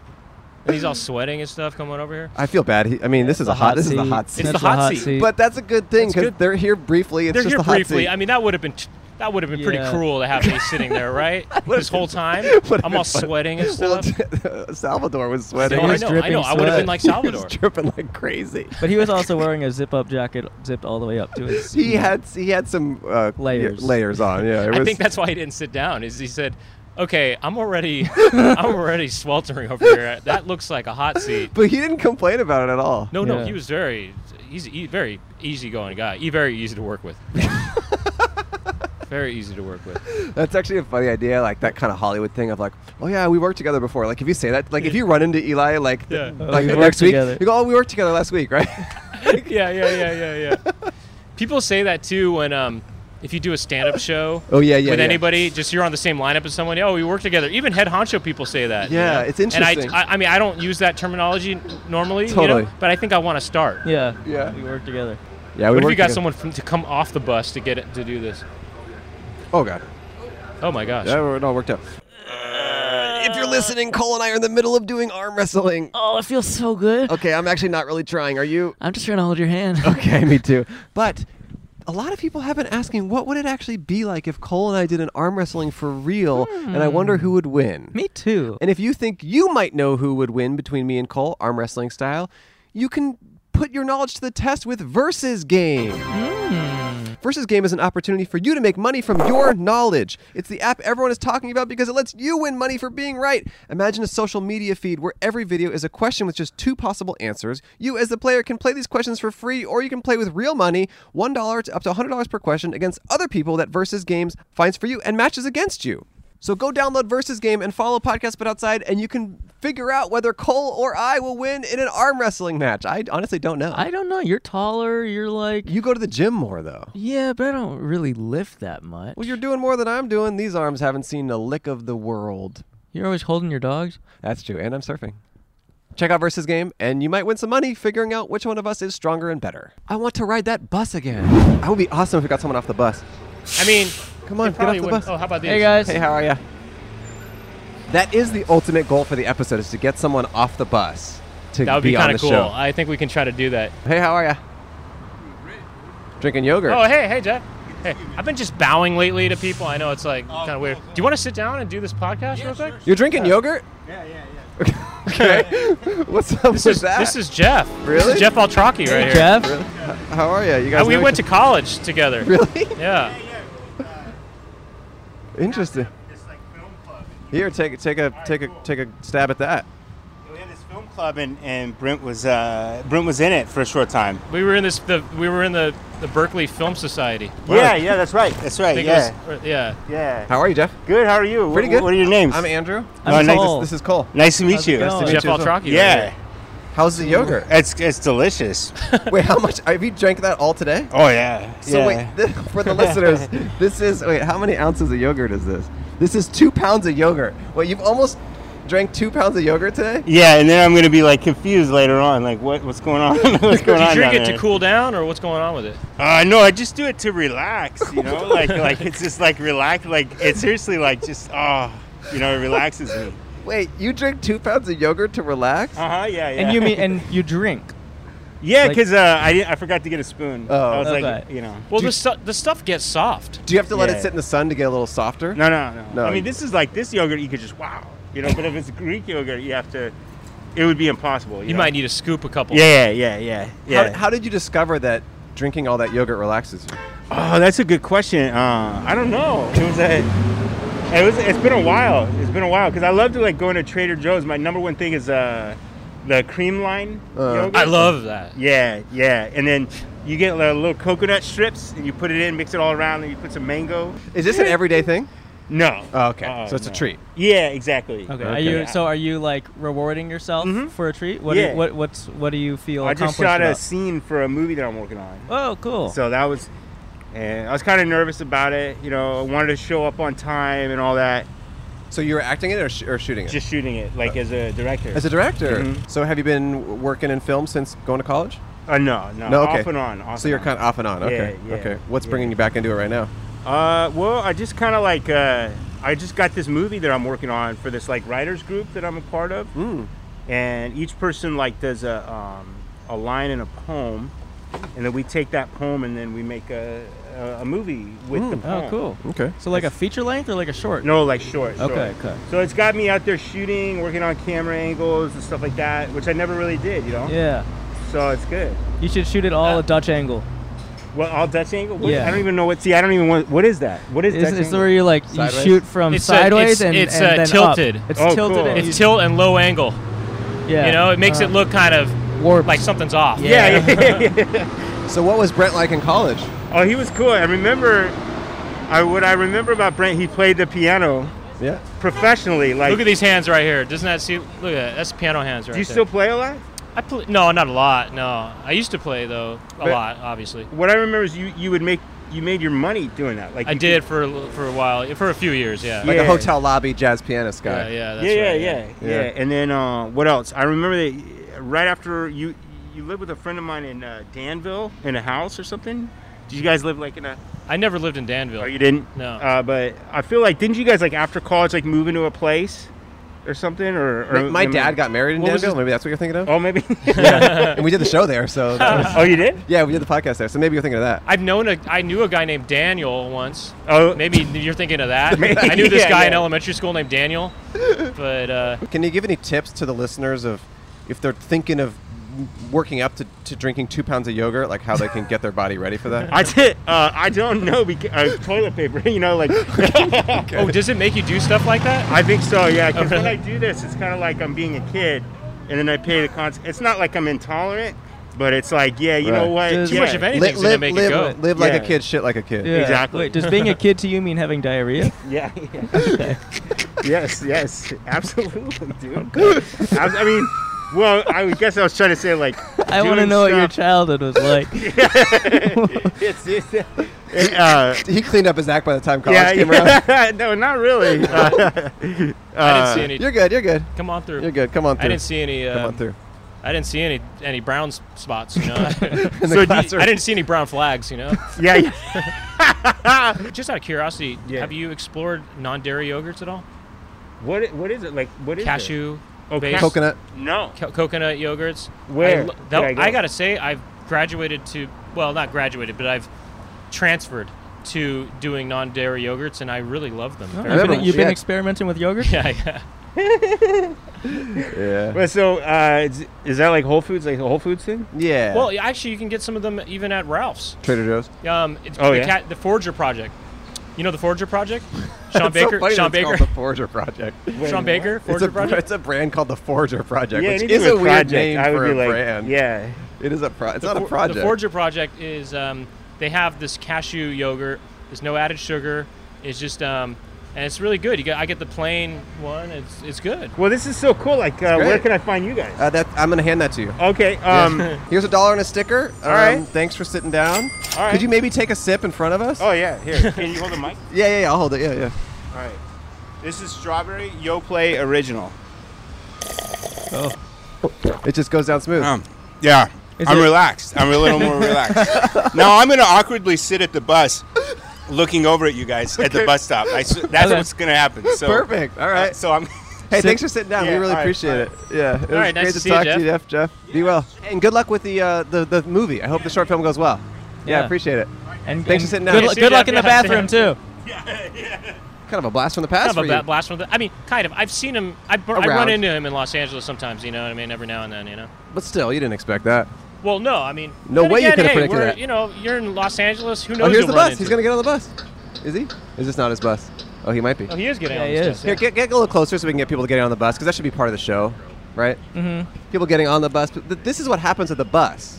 And he's all sweating and stuff coming over here. I feel bad. He, I mean, this is a hot. This is a hot It's seat. the the hot hot seat. seat. But that's a good thing because good. they're here briefly. It's They're just here the hot [LAUGHS] briefly. seat. I mean, that would have been t- that would have been pretty Yeah. cruel to have [LAUGHS] me sitting there, right? this whole time, Would've I'm been all fun. sweating and Well, [LAUGHS] stuff. Salvador was No, sweating. he I was know, I dripping know. I would have been sweat. [LAUGHS] like he was Salvador. dripping like crazy. But he was also wearing a zip-up jacket zipped all the way up to [LAUGHS] his. He had he had some uh, Layers. yeah, layers on. Yeah, it was, [LAUGHS] I think that's why he didn't sit down. Is he said, "Okay, I'm already, [LAUGHS] I'm already sweltering over here. That looks like a hot seat." But he didn't complain about it at all. No, no, Yeah. he was very, he's a very easygoing guy. He very easy to work with. very easy to work [LAUGHS] with. That's actually a funny idea, like that kind of Hollywood thing of like, oh yeah, we worked together before. Like if you say that, like if you run into Eli like th- Yeah. Oh, like the we worked next week, together. you go, oh, we worked together last week, [LAUGHS] right? [LAUGHS] yeah, yeah, yeah, yeah, yeah. People say that too when um, if you do a stand-up show. Oh, yeah, yeah, With yeah. anybody, just you're on the same lineup as someone. Oh, we work together. Even head honcho people say that. you Yeah, know? it's interesting. And I, I, I mean, I don't use that terminology n- normally. You Totally. know, but I think I want to start. yeah. Yeah. We worked together. yeah, we What if worked you got together. someone from, to come off the bus to get it, to do this? Oh god. Oh my gosh. Yeah, it all worked out. if you're listening, Cole and I are in the middle of doing arm wrestling. Oh, it feels so good. Okay, I'm actually not really trying. Are you? I'm just trying to hold your hand. [LAUGHS] [LAUGHS] Okay, [LAUGHS] me too. But a lot of people have been asking what would it actually be like if Cole and I did an arm wrestling for real, and I wonder who would win. Me too. And if you think you might know who would win between me and Cole, arm wrestling style, you can put your knowledge to the test with Versus Game. Versus Game is an opportunity for you to make money from your knowledge. It's the app everyone is talking about because it lets you win money for being right. Imagine a social media feed where every video is a question with just two possible answers. You, as the player, can play these questions for free or you can play with real money, $1 to up to $100 per question, against other people that Versus Games finds for you and matches against you. So go download Versus Game and follow Podcast But Outside, and you can figure out whether Cole or I will win in an arm wrestling match. I honestly don't know. I don't know. You're taller. You're like. you go to the gym more, though. Yeah, but I don't really lift that much. Well, you're doing more than I'm doing. These arms haven't seen a lick of the world. You're always holding your dogs. That's true, and I'm surfing. Check out Versus Game, and you might win some money figuring out which one of us is stronger and better. I want to ride that bus again. That would be awesome if we got someone off the bus. I mean, Come on, it get off probably the would. bus. Oh, how about this? Hey guys. Hey, how are ya? That is the ultimate goal for the episode: is to get someone off the bus to That would be, be on kind the of cool. show. I think we can try to do that. Hey, how are ya? Drinking yogurt. Oh, hey, hey, Jeff. Hey, I've been just bowing lately to people. I know it's like kind of weird. Do you want to sit down and do this podcast real quick? You're drinking yogurt? [LAUGHS] Yeah, yeah, yeah. [LAUGHS] okay. What's up This with is that? this is Jeff. This Really? is Jeff Altraki right here. Jeff. how are ya? You guys? Uh, we know went each- to college together. really Yeah. [LAUGHS] interesting. this like film club. Here, take take a take a take a stab at that. And we had this film club, and, and Brent was uh, Brent was in it for a short time. We were in this. The, we were in the, the Berkeley Film Society. Yeah, yeah, that's right, that's I right. think Yeah, It was, or- yeah. yeah. How are you, Jeff? Good. How are you? Wh- Pretty wh- good. What are your names? I'm Andrew. Oh, I'm nice. tce- This is Cole. Nice to meet you. going? Nice to Jeff meet you as well. Altraki. right Yeah, here. How's the yogurt? it's it's delicious. [LAUGHS] wait, how much? Have you drank that all today? Oh yeah. So yeah. wait, th- for the [LAUGHS] listeners, this is wait. How many ounces of yogurt is this? This is two pounds of yogurt. Wait, you've almost drank two pounds of yogurt today? yeah, and then I'm gonna be like confused later on, like what what's going on? [LAUGHS] what's going Did on? you drink down it there? to cool down, or what's going on with it? Uh, no, I just do it to relax. You know, like like it's just like relax. Like it's seriously like just oh, you know, it relaxes me. Wait, you drink two pounds of yogurt to relax? Uh huh. Yeah. Yeah. And you mean and you drink. Yeah, Like- because uh, I, didn't- I forgot to get a spoon. Oh. I was like, Okay. you know. Well, the, stu- the stuff gets soft. Do you have to let Yeah. it sit in the sun to get a little softer? No, no, no. No. I mean, this is like this yogurt. You could just wow, you know. But if it's Greek yogurt, you have to. It would be impossible. You, You know? might need to scoop a couple. Yeah, yeah, yeah, How, yeah. how did you discover that drinking all that yogurt relaxes you? oh, that's a good question. Uh, I don't know. It was a. It was. It's been a while. It's been a while because I love to like go into Trader Joe's. My number one thing is uh, the cream line Uh. yogurt. I love that. Yeah, yeah. And then you get uh, little coconut strips and you put it in, mix it all around, and you put some mango. Is this an everyday thing? No. Oh, okay, Uh, so it's a no. treat. Yeah, exactly. Okay. Are you so are you like rewarding yourself Mm-hmm. Mhm. for a treat? What do Yeah. you, what what's what do you feel I just accomplished shot a about? scene for a movie that I'm working on. Oh, cool. So that was, and I was kind of nervous about it. You know, I wanted to show up on time and all that. So you were acting it or, sh- or shooting it? Just shooting it, like as a director. As a director. Mhm. So have you been working in film since going to college? uh, no, no, No, okay. off and on. Off so you're and on. kind of off and on. Okay. Yeah, yeah, okay. What's yeah. bringing you back into it right now? Uh, well, I just kind of like uh, I just got this movie that I'm working on for this like writers group that I'm a part of, Mm. and each person like does a um, a line in a poem, and then we take that poem and then we make a a, a movie with the poem. oh, cool. Hmm, Okay. So like a feature length or like a short? No, like short. short. Okay, okay. So it's got me out there shooting, working on camera angles and stuff like that, which I never really did, you know. Yeah. So it's good. You should shoot it all a Dutch angle. Well, all Dutch angle. What- Yeah. I don't even know what. See, I don't even want. What is that? What is It's, Dutch it's angle? where you like you Sideways? shoot from It's a- sideways it's- and it's, and uh, then up. tilted. It's Oh, tilted. cool. And It's you- tilt and low angle. yeah. You know, it makes Uh, it look kind of warped. like something's off. Uh-huh. yeah, yeah, yeah. So what was Brent like in college? [LAUGHS] Oh, he was cool. I remember. I what I remember about Brent, he played the piano Yeah. professionally. Like, Look at these hands right here. Doesn't that see? Look at that. That's piano hands right Do you there. still play a lot? I pl- no, not a lot. No, I used to play though a But- lot. Obviously, What I remember is you you would make you made your money doing that. Like I you did for a l- for a while, for a few years. Yeah. Like Yeah. a hotel lobby jazz pianist yeah, guy. yeah, that's yeah, yeah, right, yeah, yeah, Yeah. And then uh, what else? I remember that right after you you lived with a friend of mine in uh, Danville in a house or something. Did you guys live like in a? I never lived in Danville. Oh, you didn't. No. Uh, but I feel like didn't you guys like after college like move into a place or something or? or My, my am I- dad got married in What was Danville. his- Maybe that's what you're thinking of. [LAUGHS] Oh, maybe. [LAUGHS] And we did the show there, so oh, you did. yeah, we did the podcast there. So maybe you're thinking of that. I've known a. I knew a guy named Daniel once. Oh, Maybe you're thinking of [LAUGHS] that. I knew this Yeah, guy yeah. in elementary school named [LAUGHS] Daniel, but uh, Can you give any tips to the listeners of if they're thinking of working up to, to drinking two pounds of yogurt, like how they can get their body ready for that? [LAUGHS] I did. Uh, I don't know because uh, toilet paper. [LAUGHS] You know, like [LAUGHS] oh, does it make you do stuff like that? I think so. Yeah, because Oh, when really? I do this, it's kind of like I'm being a kid, and then I pay the consequence. It's not like I'm intolerant, But it's like, yeah, you know Right. what? Just- yeah. much of anything's gonna make it live, go. live like a Yeah. kid, shit like a kid. Yeah. Exactly. Wait, does being a kid to you mean having [LAUGHS] diarrhea? Yeah. [LAUGHS] yeah. yes. Yes. Absolutely, [LAUGHS] dude. I, I mean, well, I guess I was trying to say like. I want to doing know what your stuff- childhood [LAUGHS] was like. it's, it's, [LAUGHS] it, uh, He cleaned up his act by the time college yeah, came around. yeah. [LAUGHS] no, not really. Uh, I [LAUGHS] didn't see any. uh, You're good. You're good. Come on through. You're good. Come on through. I didn't see any. Come Uh, on through. [LAUGHS] I didn't see any any brown s- spots. You know, [LAUGHS] In the so do you- classroom. I didn't see any brown [LAUGHS] flags. You know, yeah, yeah. just out of curiosity, Yeah. have you explored non-dairy yogurts at all? What? i- What is it like? What is it? Cashew, Oh, based- cas- Coconut. No. co- coconut yogurts. Where I, lo- did tho- I go? I gotta say, I've graduated to well, not graduated, but I've transferred to doing non-dairy yogurts, and I really love them. very You've Remember- been, much. you've been yeah. experimenting with yogurt? [LAUGHS] yeah, yeah. Yeah. Well, so uh, is, is that like Whole Foods, like a Whole Foods thing? Yeah. Well, yeah, actually, you can get some of them even at Ralph's. Trader Joe's. Um, it's Oh, the, yeah? cat, the Forger Project. You know the Forger Project? Sean [LAUGHS] It's so Baker. funny that Sean it's called Baker. The Forger Project. Sean Baker. [LAUGHS] It's a, Forger Project. it's a brand called the Forger Project, Yeah, which anything is a with weird project, name I would for be a like, brand. Yeah. It is a pro- It's not For- a project. The Forger Project is um, they have this cashew yogurt. There's no added sugar. It's just um, and it's really good. You get I get the plain one. It's it's good. Well, this is so cool. Like, uh, where great. can I find you guys? Uh, that, I'm gonna hand that to you. Okay. Um. [LAUGHS] Here's a dollar and a sticker. Um, right. Thanks for sitting down. All right. Could you maybe take a sip in front of us? Oh yeah. [LAUGHS] Here. Can you hold the mic? yeah, yeah, yeah. I'll hold it. Yeah, yeah. All right. This is strawberry Yo Play original. It just goes down smooth. Um, yeah. I'm it- relaxed. I'm a little more relaxed. [LAUGHS] now I'm gonna awkwardly sit at the bus, looking over at you guys at the bus stop. I s that's Okay. what's gonna happen. So uh, Perfect. All right. So I'm. hey, thanks for sitting down. Yeah, we really all right, appreciate all it. Yeah. It was great right, nice to, to see you, talk to you, Jeff. Jeff, be well, and good luck with the uh, the the movie. I hope the short film goes well. Yeah, Yeah. appreciate it. And Thanks for sitting and down. good, Yeah, lu- see good ya. luck in the Yeah, see ya. bathroom too. Kind of a blast from the past Kind of for a you. ba- blast from the. I mean, kind of. I've seen him. I, br- I Around. run into him in Los Angeles sometimes. You know what I mean? Every now and then. You know. But still, you didn't expect that. Oh, Well, no. I mean. No then way you again, could have hey, predicted we're- that. You know, you're in Los Angeles. Who knows? Oh, here's you'll the bus. run He's into. gonna get on the bus. Is he? Is this not his bus? Oh, he might be. Oh, he is getting Yeah, on he this is. bus, yeah. Here, get, get a little closer so we can get people to get on the bus because that should be part of the show, right? Mm-hmm. People getting on the bus. But th- this is what happens at the bus.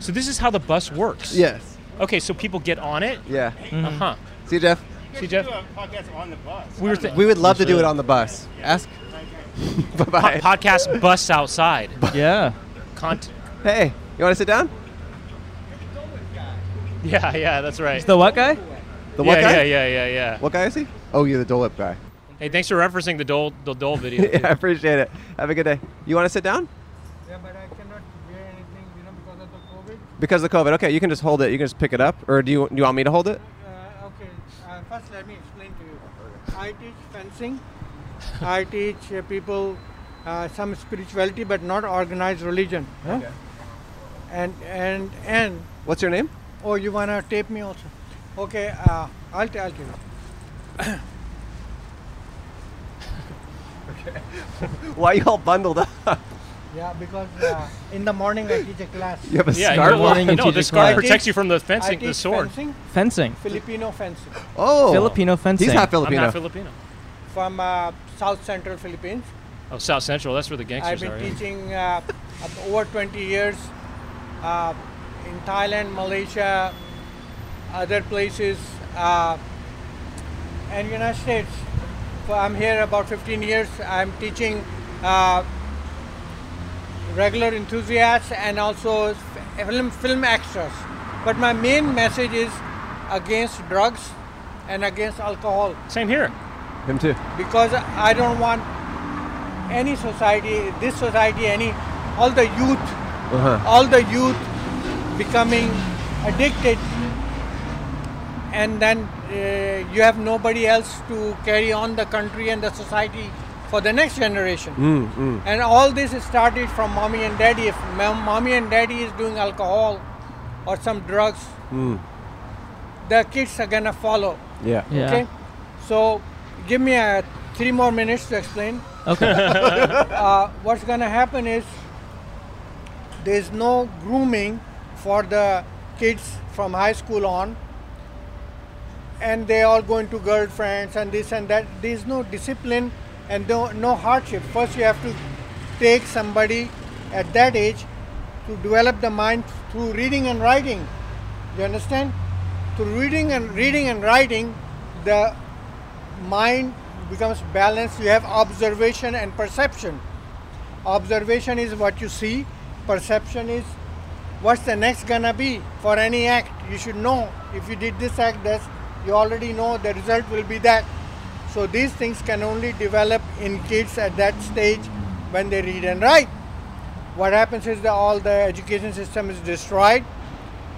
So this is how the bus works. Yes. Okay, so people get on it. Yeah. Uh huh. See, Jeff, See, Jeff. podcast on the bus. We were th- we would love to do it on the bus. Ask. [LAUGHS] bye bye. podcast bus outside. Yeah. Cont- Hey, you want to sit down? yeah, yeah, that's right. The what guy? The yeah, what guy? yeah, yeah, yeah, yeah. What guy is he? Oh, you're the Dole Whip guy. Hey, thanks for referencing the Dole the Dole video. [LAUGHS] yeah, dude. I appreciate it. Have a good day. You want to sit down? Yeah, but I cannot wear anything, you know, because of the COVID. Because of COVID. Okay, you can just hold it. You can just pick it up. Or do you, do you want me to hold it? Uh, okay, uh, first let me explain to you. I teach fencing. I teach uh, people uh, some spirituality, but not organized religion. huh? And and and What's your name? oh, you wanna tape me also? Okay, uh, I'll t- I'll tell you. Why you all bundled up? Yeah, because uh, in the morning I teach a class. You have a Yeah, scarf no, well, on? warning and no, the teaches scarf class. protects you from the I fencing, the teach sword. fencing, Fencing. Filipino fencing, Oh. Filipino fencing. He's half I'm Filipino. not Filipino. from uh, South Central Philippines. Oh, South Central. That's where the I've gangsters been are. yeah. teaching uh, ab- over 20 years uh, in Thailand, Malaysia, other places, uh, and United States. So I'm here about 15 years. I'm teaching uh, regular enthusiasts and also f- film film extras. But my main message is against drugs and against alcohol Same here. Him too. because I don't want any society, this society, any, all the youth, Uh-huh. all the youth becoming addicted, and then uh, you have nobody else to carry on the country and the society for the next generation. And all this is started from mommy and daddy. If mom, mommy and daddy is doing alcohol or some drugs, the kids are gonna follow. Yeah. Yeah. Okay. So give me uh three more minutes to explain. Okay. Uh, what's going to happen is there's no grooming for the kids from high school on and they all going to girlfriends and this and that there's no discipline and no, no hardship first you have to take somebody at that age to develop the mind through reading and writing. You understand? Through reading and reading and writing, the mind becomes balanced. You have observation and perception. Observation is what you see. Perception is what's the next gonna be for any act. You should know if you did this act, this you already know the result will be that. So these things can only develop in kids at that stage when they read and write. What happens is that all the education system is destroyed,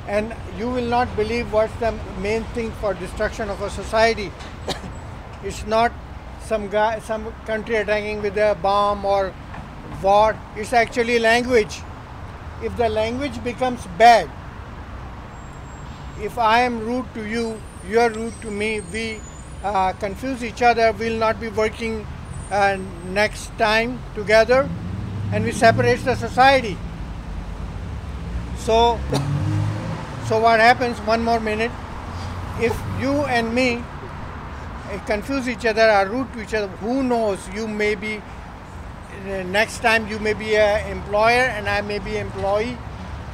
and you will not believe what's the main thing for destruction of a society. it's not some guy, some country attacking with a bomb or war. It's actually language. If the language becomes bad, if I am rude to you, you are rude to me, we uh, confuse each other, we'll not be working uh, next time together, and we separate the society. So, so what happens? One more minute. If you and me uh, confuse each other, are rude to each other, who knows? You may be Uh, next time you may be an employer and I may be employee,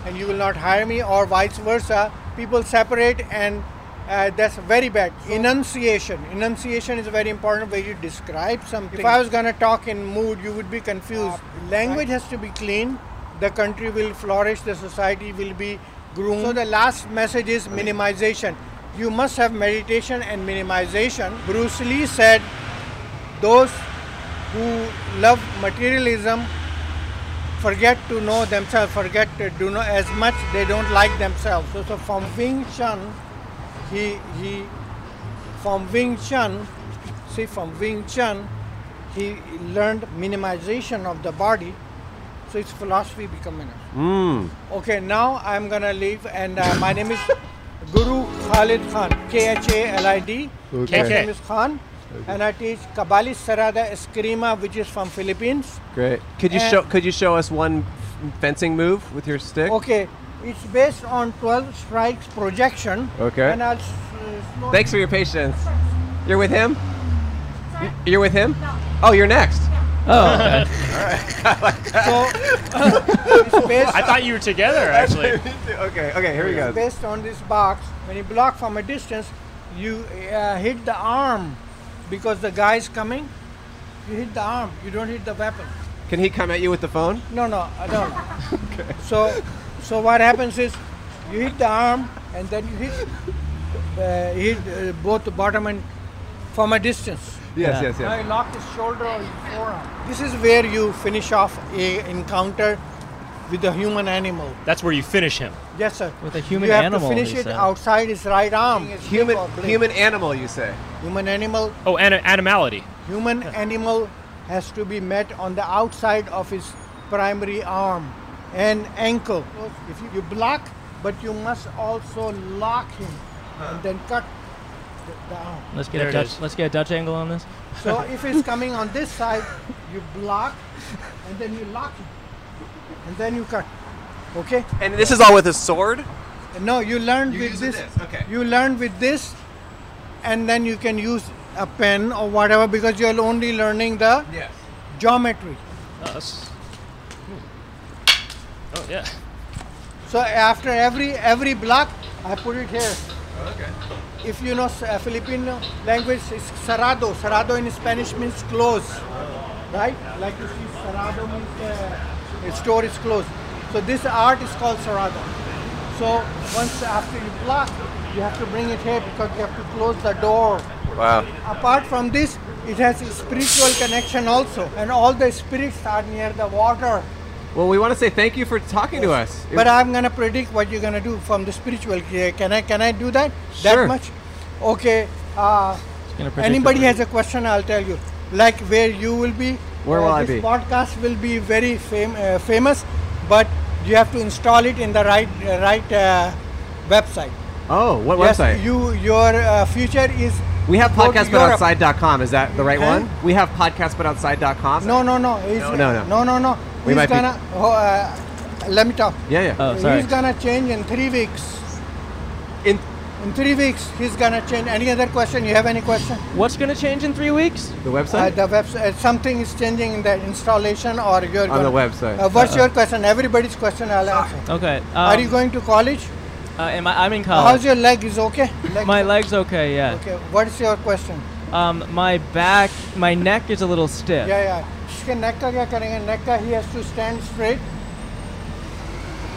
and you will not hire me, or vice versa. People separate and uh, that's very bad. enunciation. Enunciation is very important where you describe something. If I was going to talk in mood, you would be confused. Language has to be clean. The country will flourish. The society will be groomed. So the last message is minimization. You must have meditation and minimization. Bruce Lee said, "Those who love materialism forget to know themselves. Forget to do know as much they don't like themselves." So, so from Wing Chun he he from Wing Chun, see from Wing Chun, he learned minimization of the body, so his philosophy become minimized. Mm. Okay, now I'm gonna leave, and uh, my name is Guru Khalid Khan, K H A L I D. Okay. My name is Khan, and I teach Kabali Sarada Eskrima, which is from Philippines. Great. Could you And- show? Could you show us one f- fencing move with your stick? Okay, it's based on 12 strikes projection. Okay. And I'll. s- uh, slow- Thanks for your patience. You're with him. Y- You're with him. Oh, you're next. Oh, okay. [LAUGHS] So, it's based I thought you [LAUGHS] were together actually. okay. Okay. Here we go. based on this box when you block from a distance you uh, hit the arm because the guy is coming you hit the arm you don't hit the weapon Can he come at you with the phone? no no i [LAUGHS] don't so so what happens is you hit the arm and then you hit, uh, hit uh, both the bottom and from a distance Yes. Yeah. Yes. now Yes. you lock his shoulder or his forearm this is where you finish off a encounter with a human animal That's where you finish him. yes sir with a human you have animal. to finish he it said. outside his right arm. Human. Human animal. You say. human animal, Oh, and animality. human animal has to be met on the outside of his primary arm and ankle. So If you, you block, but you must also lock him and then cut the, the arm. Let's get There a it Dutch. is. Let's get a Dutch angle on this. So if he's coming on this side, you block and then you lock him and then you cut. Okay? And this is all with a sword. No, you learn You with use this. this, okay. You learn with this, and then you can use a pen or whatever because you're only learning the Yes. geometry. Oh, that's- hmm. oh yeah. So after every every block, I put it here. Okay. If you know uh, Filipino language, it's sarado. Sarado in Spanish means close, right? Like you see, sarado means uh, a store is closed. So this art is called sarado. So once after you block, you have to bring it here because you have to close the door. Wow. apart from this it has a spiritual connection also and all the spirits are near the water Well, we want to say thank you for talking to us. but uh, i'm going to predict what you're going to do from the spiritual care can i can i do that Sure. that much okay uh, Gonna predict anybody it. has a question i'll tell you like where you will be Where will uh, I this be? podcast will be very fam- uh, famous but you have to install it in the right uh, right uh, website oh, what yes website? you your uh, future is we have go to Europe. podcastbutoutside.com. Is that the right Huh? one? We have podcastbutoutside.com. No, no, no. He's, No, no, No, no. no, no. We He's might be- gonna. oh, uh, let me talk. Yeah, yeah. Oh, sorry. He's gonna change in three weeks. In In three weeks, he's gonna change. Any other question? You have any question? What's gonna change in three weeks? The Uh, website? the website, something is changing in the installation, or you're On the gonna- website. Uh, what's your question? Everybody's question. I'll answer. Okay. Um, Are you going to college? Uh, am I, I'm in How's college. your leg? Is okay? Leg? My leg's okay. Yeah. okay. What's your question? Um, my back, my neck is a little stiff. Yeah, yeah. इसके neck का क्या करेंगे? Neck का he has to stand straight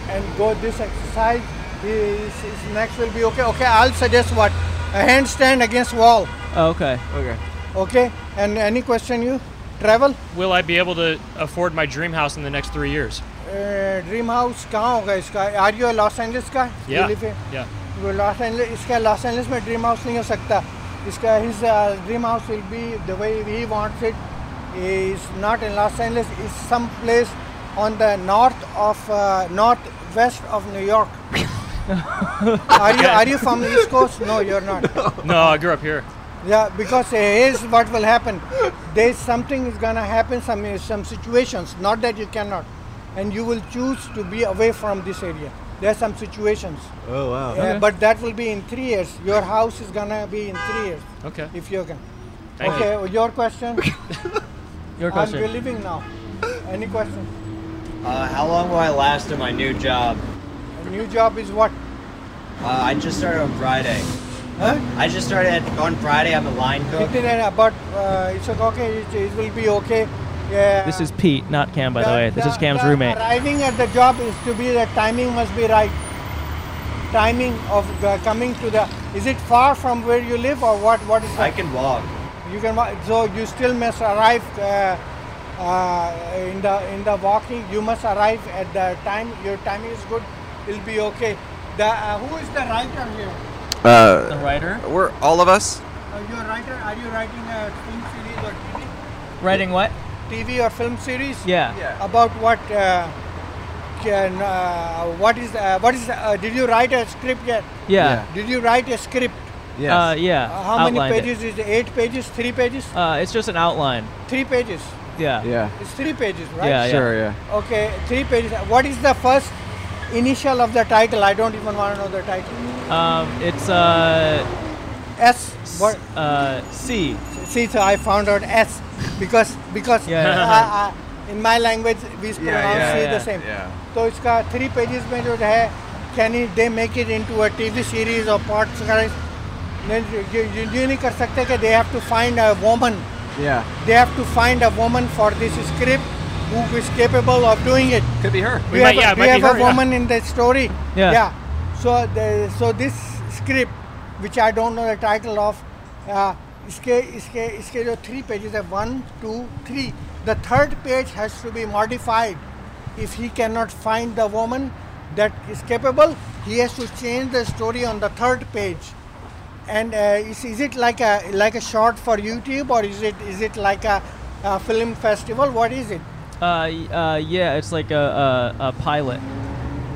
and go this exercise. His, his neck will be okay. Okay, I'll suggest what? A handstand against wall. Oh, okay. Okay. Okay. And any question you? Travel? Will I be able to afford my dream house in the next three years? Uh, dream house कहाँ होगा इसका? Are you a Los Angeles का? You Yeah. live in- Yeah. वो Los Angeles इसका Los Angeles में dream house नहीं हो सकता इसका uh, his dream house will be the way he wants it is not in Los Angeles is some place on the north of north west of [LAUGHS] New York are you are you from east coast no you're not No, I grew up here. yeah because uh, here's what will happen there's something is gonna happen some eh, some situations not that you cannot and you will choose to be away from this area there's some situations Oh wow. yeah, but that will be in three years. Your house is gonna be in three years Okay. if you can. Thank okay, well, your question. Your I'm question. believing now. Any question? Uh, how long will I last in my new job? A new job is what? Uh, I just started on Friday. Huh? I just started at, on Friday. I'm a line cook. It is, uh, but uh, it's okay. It, it will be okay. Yeah. This is Pete, not Cam, by the way. This is Cam's the roommate. Arriving at the job is to be the timing must be right. Timing of the coming to the. Is it far from where you live or what? What is the I can walk. You can wa- so you still must arrive uh, uh, in the in the walking. You must arrive at the time. Your timing is good. It'll be okay. The uh, who is the writer here? The Uh, writer We're all of us. Uh, you a writer? Are you writing a film series or TV? writing what? TV or film series? Yeah. About what? Uh, can uh, what is uh, what is? Uh, did you write a script yet? Yeah. Did you write a script? yes. Uh, yeah. Uh, how Outlined many it. pages is it? Eight pages? Three pages? Uh, it's just an outline. Three pages? Yeah. yeah. It's three pages, right? Yeah, Sure. Yeah. Okay, three pages. What is the first initial of the title? I don't even want to know the title. Um, it's uh, S. s- What? uh, C. See, so I found out S because because Yeah. uh, uh, in my language we pronounce yeah, it yeah, the same. तो इसका three pages में जो है can they make it into a TV series और podcast ये नहीं कर सकते कि they have to find a woman Yeah. They have to find a woman for this script who is capable of doing it Could be her. we might- have, yeah, a, it we might be have her, a yeah. woman in the story. Yeah. So the, so this script, which I don't know the title of, uh, इसके इसके इसके जो three pages है one two three. The third page has to be modified. If he cannot find the woman that is capable, he has to change the story on the third page. And uh, is, is it like a like a short for YouTube or is it is it like a, a film festival? What is it? Uh, y- uh, yeah, it's like a, a, a pilot.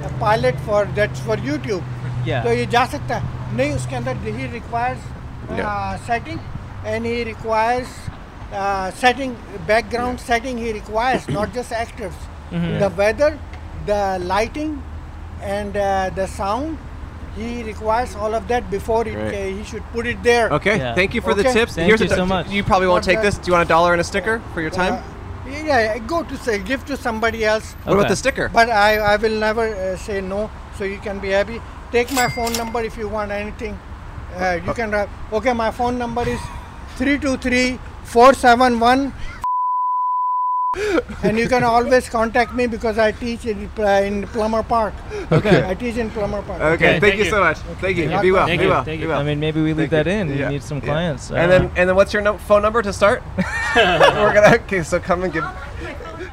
A pilot for that's for YouTube. तो Yeah. ये जा सकता है नहीं उसके अंदर ही requires setting and he requires setting background setting he requires [COUGHS] not just actors Hmm. Mm-hmm. The weather the lighting and the sound he requires all of that before it Great. He should put it there Okay. Yeah. Thank you for the Okay. tips. Thank Here's you a t- so much. You probably won't What take the- this. Do you want a dollar and a sticker for your Uh, time? yeah go to say give to somebody else What Okay. about the sticker? but i i will never uh, say no so you can be happy take my phone number if you want anything uh, you can write okay my phone number is 323-471 [LAUGHS] and you can always contact me because i teach in, uh, in plumber park Okay. i teach in plumber park Okay, thank, thank you, you. so much. Thank you. Thank Be you. well. Thank be you. well. Thank be you. well. I mean, maybe we leave Thank that you. in. Yeah. We need some Yeah. clients. Uh, and then and then what's your no- phone number to start? [LAUGHS] We're gonna okay. So come and give.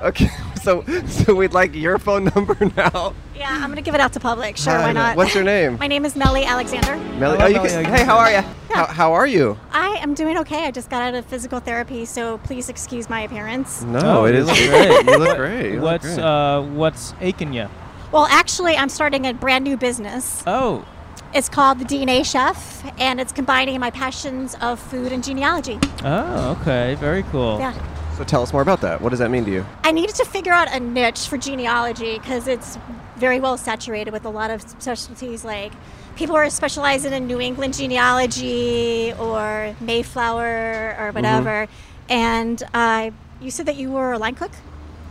Okay. [LAUGHS] So so we'd like your phone number [LAUGHS] now. Yeah, I'm gonna give it out to public. Sure, Hi, why not? What's your name? My name is Melly Alexander. Melly. Hello, Oh, you can, Melly. hey, how are you? How, how are you? I am doing okay. I just got out of physical therapy, so please excuse my appearance. No, it Oh, it you is is- look great. You look great. You look what's great. uh, what's aching you? Well, actually, I'm starting a brand new business. Oh, It's called the DNA Chef, and it's combining my passions of food and genealogy. oh, okay, very cool. Yeah. So tell us more about that. What does that mean to you? I needed to figure out a niche for genealogy because it's very well saturated with a lot of specialties. Like people are specializing in New England genealogy or Mayflower or Mm-hmm. whatever. And uh, you said that you were a line cook.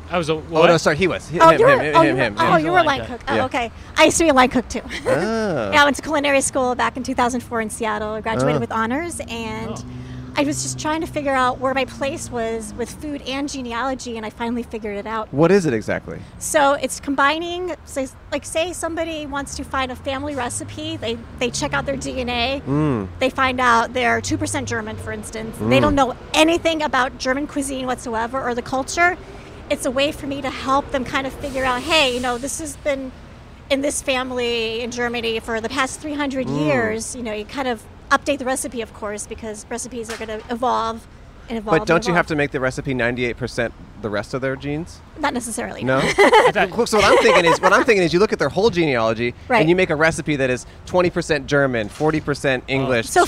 I was a. Oh what? no, sorry, he was. Hi- oh, him, you were, him, him, oh, him, you were, him, oh, him. you were a line cook. Oh, Yeah. okay. I used to be a line cook too. [LAUGHS] Ah. Yeah, I went to culinary school back in 2004 in Seattle. I graduated Ah. Oh. with honors, and I was just trying to figure out where my place was with food and genealogy, and I finally figured it out. What is it exactly? So it's combining, say, like, say somebody wants to find a family recipe, they, they check out their DNA, Mm. they find out they're 2% German, for instance. They Mm. don't know anything about German cuisine whatsoever or the culture. It's a way for me to help them kind of figure out hey, you know, this has been in this family in Germany for the past 300 Mm. years. You know, you kind of update the recipe, of course, because recipes are going to evolve and evolve. But don't and you have evolve. to make the recipe 98% the rest of their genes? Not necessarily. No. [LAUGHS] [LAUGHS] Well, so what I'm thinking is, what I'm thinking is, you look at their whole genealogy, Right. and you make a recipe that is 20% German, 40% English, So 10%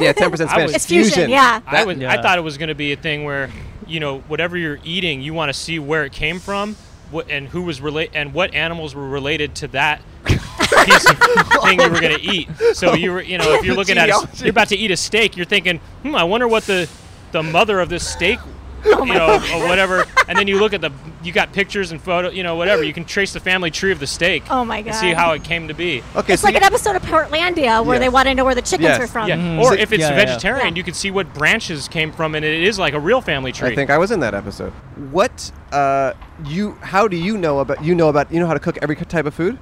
[LAUGHS] yeah, 10% Spanish. I was- It's fusion, yeah. I, That- was, I thought it was going to be a thing where, you know, whatever you're eating, you want to see where it came from, what and who was relate and what animals were related [LAUGHS] to that piece of thing you were going to eat. So you were, you know, if you're The looking at, a, genealogy. you're about to eat a steak, you're thinking, hmm, I wonder what the the mother of this [LAUGHS] steak. Oh you know, or whatever, and then you look at the you got pictures and photo, you know, whatever. You can trace the family tree of the steak. Oh my And see God. how it came to be. Okay, it's like an episode of Portlandia where Yeah. they want to know where the chickens Yes. were from. Mm-hmm. Yeah. Or if it's vegetarian, you can see what branches came from, and it is like a real family tree. I think I was in that episode. What uh, you? How do you know about you know about you know how to cook every type of food?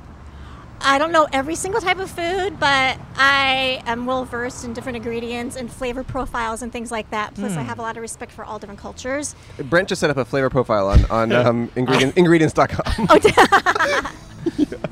I don't know every single type of food, but I am well versed in different ingredients and flavor profiles and things like that. Plus, I Hmm. have a lot of respect for all different [LAUGHS] cultures. Brent just set up a flavor profile on on um, ingredient, [LAUGHS] ingredients.com. Oh, [LAUGHS]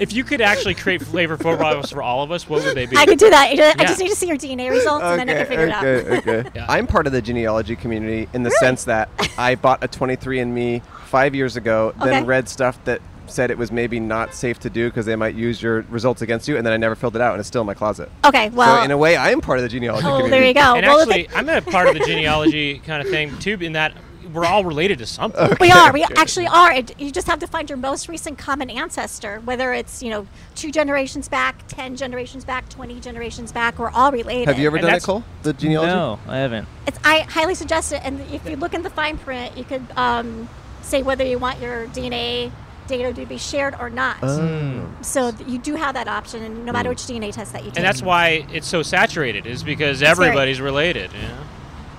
If you could actually create flavor profiles for all of us, what would they be? I could do that. I just, I Yeah. just need to see your DNA results, and then I can figure it out. okay, [LAUGHS] okay. I'm part of the genealogy community in the sense that I bought a 23andMe five years ago, then Okay. read stuff that said it was maybe not safe to do because they might use your results against you, and then I never filled it out, and it's still in my closet. [LAUGHS] Okay, well- so in a way, I am part of the genealogy Oh, community. there you go. And Well, if actually, I'm a part of the genealogy kind of thing too, in that we're all related to something. we are. [LAUGHS] We actually are. It, you just have to find your most recent common ancestor, whether it's you know two generations back, ten generations back, twenty generations back. We're all related. Have you ever done it, that's- Cole? The genealogy? No, I haven't. It's, I highly suggest it. And if you look in the fine print, you could um, say whether you want your DNA data to be shared or not. Oh. So th- you do have that option, and no matter which DNA test that you take. And that's why it's so saturated, is because That's right. everybody's related. You know?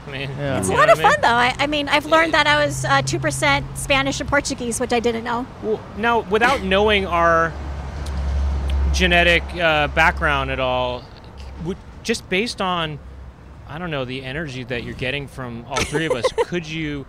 I mean, It's a you lot know of what I fun, mean? though. I, I mean, I've learned that I was uh, 2% Spanish and Portuguese, which I didn't know. Well, now, without knowing our genetic uh, background at all, would, just based on, I don't know, the energy that you're getting from all three [LAUGHS] of us, could you?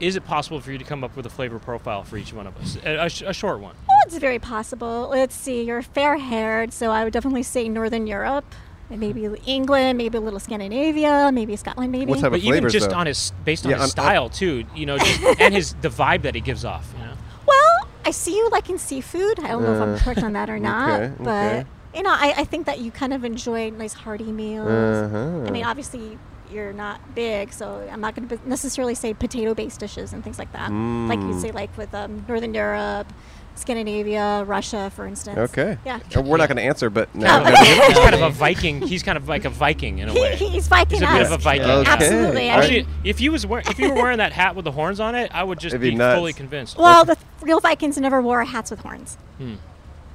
Is it possible for you to come up with a flavor profile for each one of us? A, a sh- a short one. Oh, it's very possible. Let's see. You're fair haired, so I would definitely say Northern Europe. and Maybe England, maybe a little Scandinavia, maybe Scotland, maybe. but even just on his based on Yeah, his on- on- style too, you know, [LAUGHS] just, and his the vibe that he gives off. [LAUGHS] You know? Well, I see you liking seafood. I don't know if I'm Uh, correct on that or not, [LAUGHS] okay, but okay. you know, I, I think that you kind of enjoy nice hearty meals. I mean, Uh-huh. obviously you're not big, so I'm not going to necessarily say potato-based dishes and things like that. Like you Mm. say, like with um, Northern Europe, Scandinavia, Russia, for instance. Okay. Yeah. Oh, Uh, We're not going to answer, but no. Oh. Kind of a- [LAUGHS] he's kind of a Viking. He's kind of like a Viking in a He- way. he's Viking He's a bit of a us. Viking. Okay. Absolutely, I Actually, mean- if you was wear, if you were wearing that hat with the horns on it, I would just It'd be be, nuts. fully convinced. Well, the real Vikings never wore hats with horns.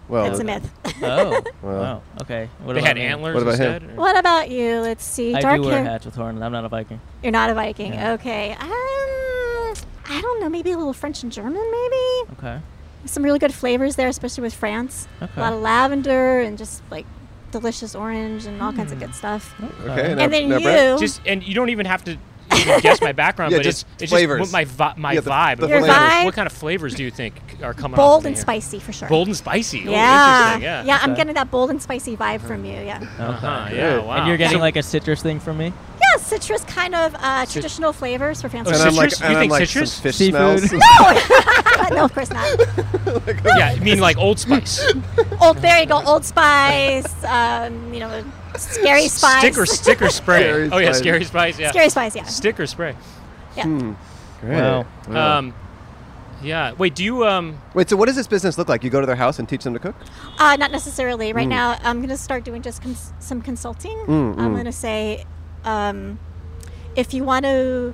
Well, That's a myth. Oh, [LAUGHS] Well. wow. Okay. What They about had me? antlers What about him? instead, [LAUGHS] What about you? Let's see. I Dark do wear hair. hats with horns. I'm not a Viking. You're not a Viking. Yeah. Okay. Um, I don't know. Maybe a little French and German, maybe? Okay. Some really good flavors there, especially with France. A Okay. lot of lavender and just like delicious orange and all kinds of Hmm. good stuff. Okay, And now- then now you. Brett? Just and you don't even have to even guess my [LAUGHS] background, Yeah, but just it's, it's flavors. just what my vi- my Yeah, the- vibe. the what, flavors. kind of- Vibe. what kind of flavors do you think are coming? off bold of and me? spicy for sure. Bold and spicy. Ooh, Yeah. interesting, yeah. I'm getting that bold and spicy vibe from you. [LAUGHS] Yeah. Uh-huh, Okay. yeah, And wow. you're getting So- like a citrus thing from me? Yeah, citrus kind of uh, traditional flavors for fancy. And I'm like- Citrus? and You I'm think like citrus? some fish Seafood? [LAUGHS] smells. No! Oh, [LAUGHS] no, of course not. yeah, I mean like [LAUGHS] Old Spice. Old, there you go. Old Spice, um, you know, Scary Spice. Sticker sticker spray. Scary oh yeah, Spice. scary spice. Yeah. Scary Spice, yeah. Sticker spray. Yeah. Great. Wow. Wow. Um, yeah. Wait. Do you um? Wait, so what does this business look like? You go to their house and teach them to cook? Uh, not necessarily. Right Mm. now, I'm going to start doing just cons- some consulting. Mm, I'm mm. going to say, um, if you want to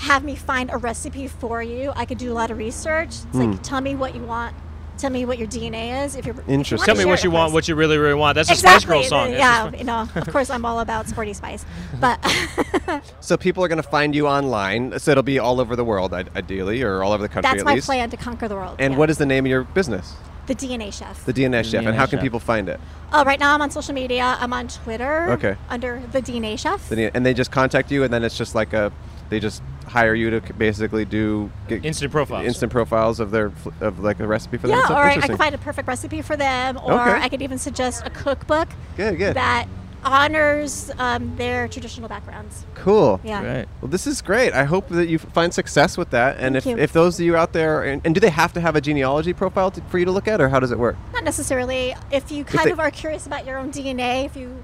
have me find a recipe for you, I could do a lot of research. It's like, Mm. tell me what you want. Tell me what your DNA is. If you're if you wanna Tell me share what it, you of want. course. What you really, really want. That's exactly. a Spice Girl song. That's a Yeah, Spice- you know, of course, I'm all about sporty [LAUGHS] spice, but [LAUGHS] So people are going to find you online. So it'll be all over the world, i- ideally, or all over the country that's at my least. plan to conquer the world. And yeah. what is the name of your business? the DNA chef? The DNA Chef. and DNA how can Chef. people find it? Oh, right now I'm on social media. I'm on Twitter. Okay. Under the DNA chef. The DNA and they just contact you, and then it's just like a, they just hire you to c- basically do get Instant profiles. instant profiles of their fl- of like a recipe for them. yeah, That's or I, I interesting. could find a perfect recipe for them, or Okay. I could even suggest a cookbook Good, good. that honors um, their traditional backgrounds. Cool. Yeah. Great. Well, this is great. I hope that you find success with that. And if, Thank you. if those of you out there, and, and do they have to have a genealogy profile to, for you to look at, or how does it work? Not necessarily. If you kind they- of are curious about your own DNA, if you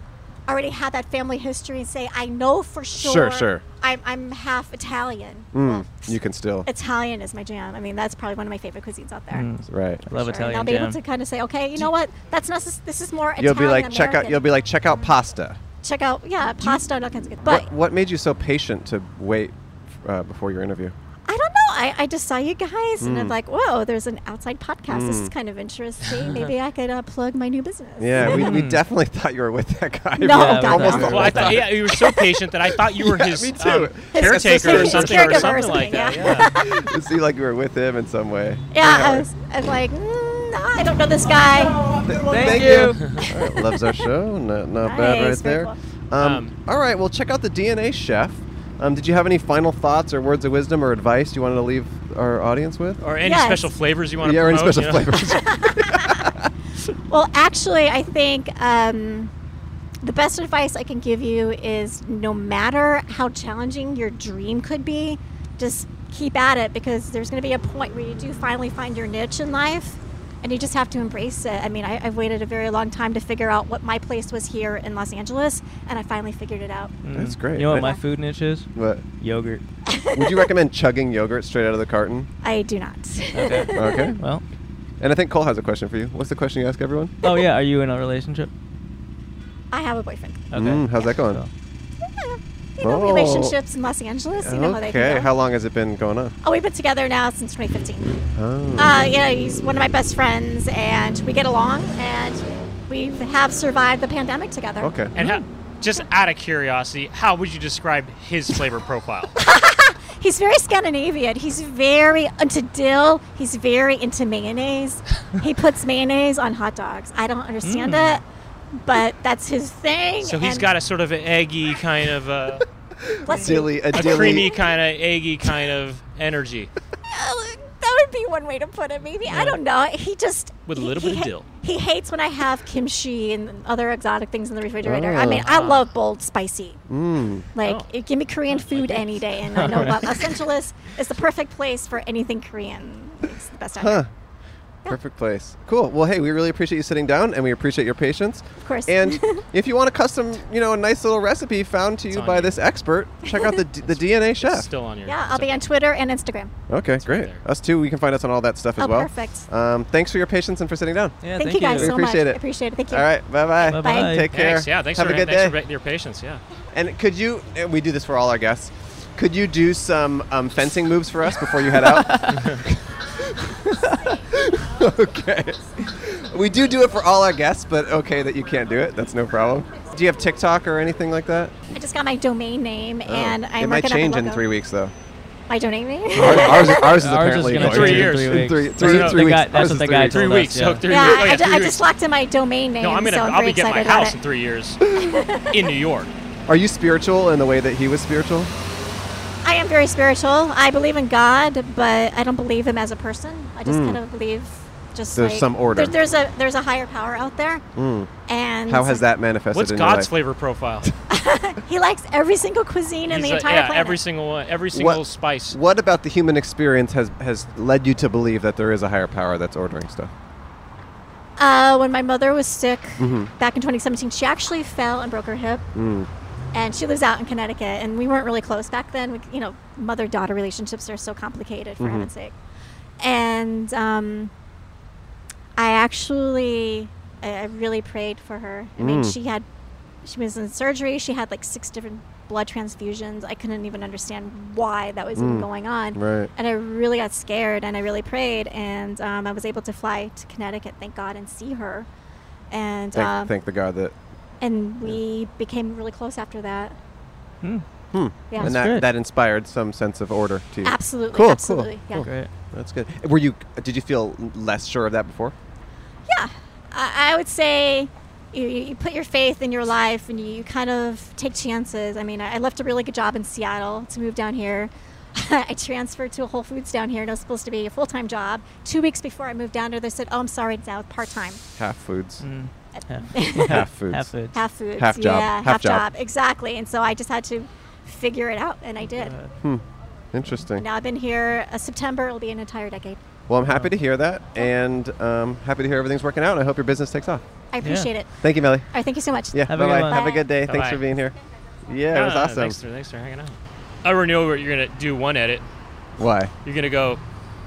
already have that family history and say, I know for sure, sure. I'm, I'm half Italian. Mm, you can still. Italian is my jam. I mean, that's probably one of my favorite cuisines out there. Right. Mm. Love Sure, and I'll Italian be able jam. to kind of say, okay, you know what? That's not. This is more You'll Italian. be like check out. You'll be like check out pasta. check out. Yeah, pasta and all kinds of good. But what, what made you so patient to wait uh, before your interview? I don't know. I, I just saw you guys, and I'm Mm. like, whoa, there's an outside podcast. This is Mm. kind of [LAUGHS] interesting. Maybe I could uh, plug my new business. Yeah, we, we Mm. definitely thought you were with that guy. [LAUGHS] No, for God, almost no. the Well, I whole thought, time. yeah, you were so patient that I thought you were Yeah, his me too. um, His caretaker or assistant. something, His or caregiver or something like that. something, [LAUGHS] Yeah. it seemed like you were with him in some way. Yeah, I was, I was like, mm, no, I don't know this guy. Thank [LAUGHS] you. all right, loves our show. Not, not bad right Nice, very there. Um, all right, well, check out the DNA Chef. Um, did you have any final thoughts or words of wisdom or advice you wanted to leave our audience with? Or any special flavors you want to yeah, or any promote, special you know? flavors. [LAUGHS] Well, actually, I think um, the best advice I can give you is no matter how challenging your dream could be, just keep at it because there's going to be a point where you do finally find your niche in life and you just have to embrace it. I mean, I, I've waited a very long time to figure out what my place was here in Los Angeles and I finally figured it out. That's great. Mm. You know But- what my food niche is? What? Yogurt. Would [LAUGHS] you recommend chugging yogurt straight out of the carton? I do not. Okay. Okay. Well. And I think Cole has a question for you. What's the question you ask everyone? Oh yeah, are you in a relationship? [LAUGHS] I have a boyfriend. [LAUGHS] Mm, how's that going? You know, Oh. relationships in Los Angeles, you know how they okay. go. How long has it been going on? Oh, we've been together now since 2015. Oh. Uh, yeah, he's one of my best friends, and we get along, and we have survived the pandemic together. And how, just out of curiosity, how would you describe his [LAUGHS] flavor profile? He's very Scandinavian. He's very into dill. He's very into [LAUGHS] mayonnaise. he puts mayonnaise on hot dogs. I don't understand Mm. it, but that's his thing. so he's and- got a sort of an eggy kind of uh, Bless you. Dilly, a dilly. creamy kind of eggy kind of energy uh, That would be one way to put it, maybe. I don't know. He just with a he- little he bit of ha- dill. He hates when I have kimchi and other exotic things in the refrigerator. I mean, Ah. I love bold, spicy. Mm. Like, Oh. it- give me Korean food any day, and [LAUGHS] I know about Los Angeles is the perfect place for anything Korean. It's the best out Huh. here. Perfect place. Cool. Well, hey, we really appreciate you sitting down, and we appreciate your patience. Of course. And [LAUGHS] if you want a custom, you know, a nice little recipe found to you on by you. this expert, check out the D- [LAUGHS] the DNA chef. still on [LAUGHS] your. Yeah, I'll be on Twitter and Instagram. Okay, great. Us too. We can find us on all that stuff as Oh, well. perfect. Um, thanks for your patience and for sitting down. Yeah, Thank thank you guys We so much. appreciate it. Appreciate it. Thank you. All right. Bye bye. Bye. Take care. Thanks, yeah, thanks Have for a good thanks day. for your patience. Yeah. And could you? and We do this for all our guests. Could you do some um, fencing moves for us before you head out? [LAUGHS] okay. We do do it for all our guests, but okay that you can't do it. That's no problem. Do you have TikTok or anything like that? I just got my domain name, Oh. and I'm it might working on the change in logo. three weeks, though. My domain [LAUGHS] name? Ours- [LAUGHS] ours- ours is apparently gonna going change to- in three in weeks. Three, That's three- what three the guy- weeks. that's Ours what is the guy Three told weeks. us. So yeah. three yeah, weeks. Oh, I, yeah, ju- three I weeks. just locked in my domain name, No, I'm gonna. so I'm I'll very be getting my excited about house in it. [LAUGHS] three years in New York. Are you spiritual in the way that he was spiritual? I am very spiritual. I believe in God, but I don't believe Him as a person. I just Mm. kind of believe just There's like- some order. there- there's a there's a higher power out there, Mm. and How has that manifested What's in your God's life? flavor profile? He likes every single cuisine in He's the a- entire yeah, planet. every single one, every single spice. What about the human experience has has led you to believe that there is a higher power that's ordering stuff? Uh, when my mother was sick Mhm. Mm-hmm. back in 2017, she actually fell and broke her hip. Mm. and she lives out in Connecticut, and we weren't really close back then. We, you know, mother-daughter relationships are so complicated, for Mhm. heaven's sake. And um, I actually, I, I really prayed for her. I mean, Mm. she had, she was in surgery. She had like six different blood transfusions. I couldn't even understand why that was even Mm. going on. Right. And I really got scared, and I really prayed, and um, I was able to fly to Connecticut, thank God, and see her. And Thank, um, thank the God that. and we became really close after that. Mm. Hmm. Yeah. That's and that, good. that inspired some sense of order to you. Absolutely, Cool. absolutely, yeah. Cool. Cool. Great. That's good. Were you? Did you feel less sure of that before? Yeah, I, I would say you, you you put your faith in your life and you, you kind of take chances. I mean, I, I left a really good job in Seattle to move down here. [LAUGHS] I transferred to a Whole Foods down here, and it was supposed to be a full time job. Two weeks before I moved down there, they said, "Oh, I'm sorry, it's now part time." Half foods. Mm. [LAUGHS] Half- half foods. half foods. Half foods. Half job. Yeah, half, job. Exactly. And so I just had to figure it out, and I did. Hmm. Mm. Interesting. Now I've been here. Uh, September will be an entire decade. Well, I'm Oh. happy to hear that, and um, happy to hear everything's working out. And I hope your business takes off. I appreciate it. Thank you, Melly. All right, thank you so much. Yeah. Have a good bye bye. one. Have a good day. Bye. Thanks for being here. Yeah, it was Ah, awesome. Thanks for, thanks for hanging out. I already know what you're gonna do. One edit. Why? You're gonna go,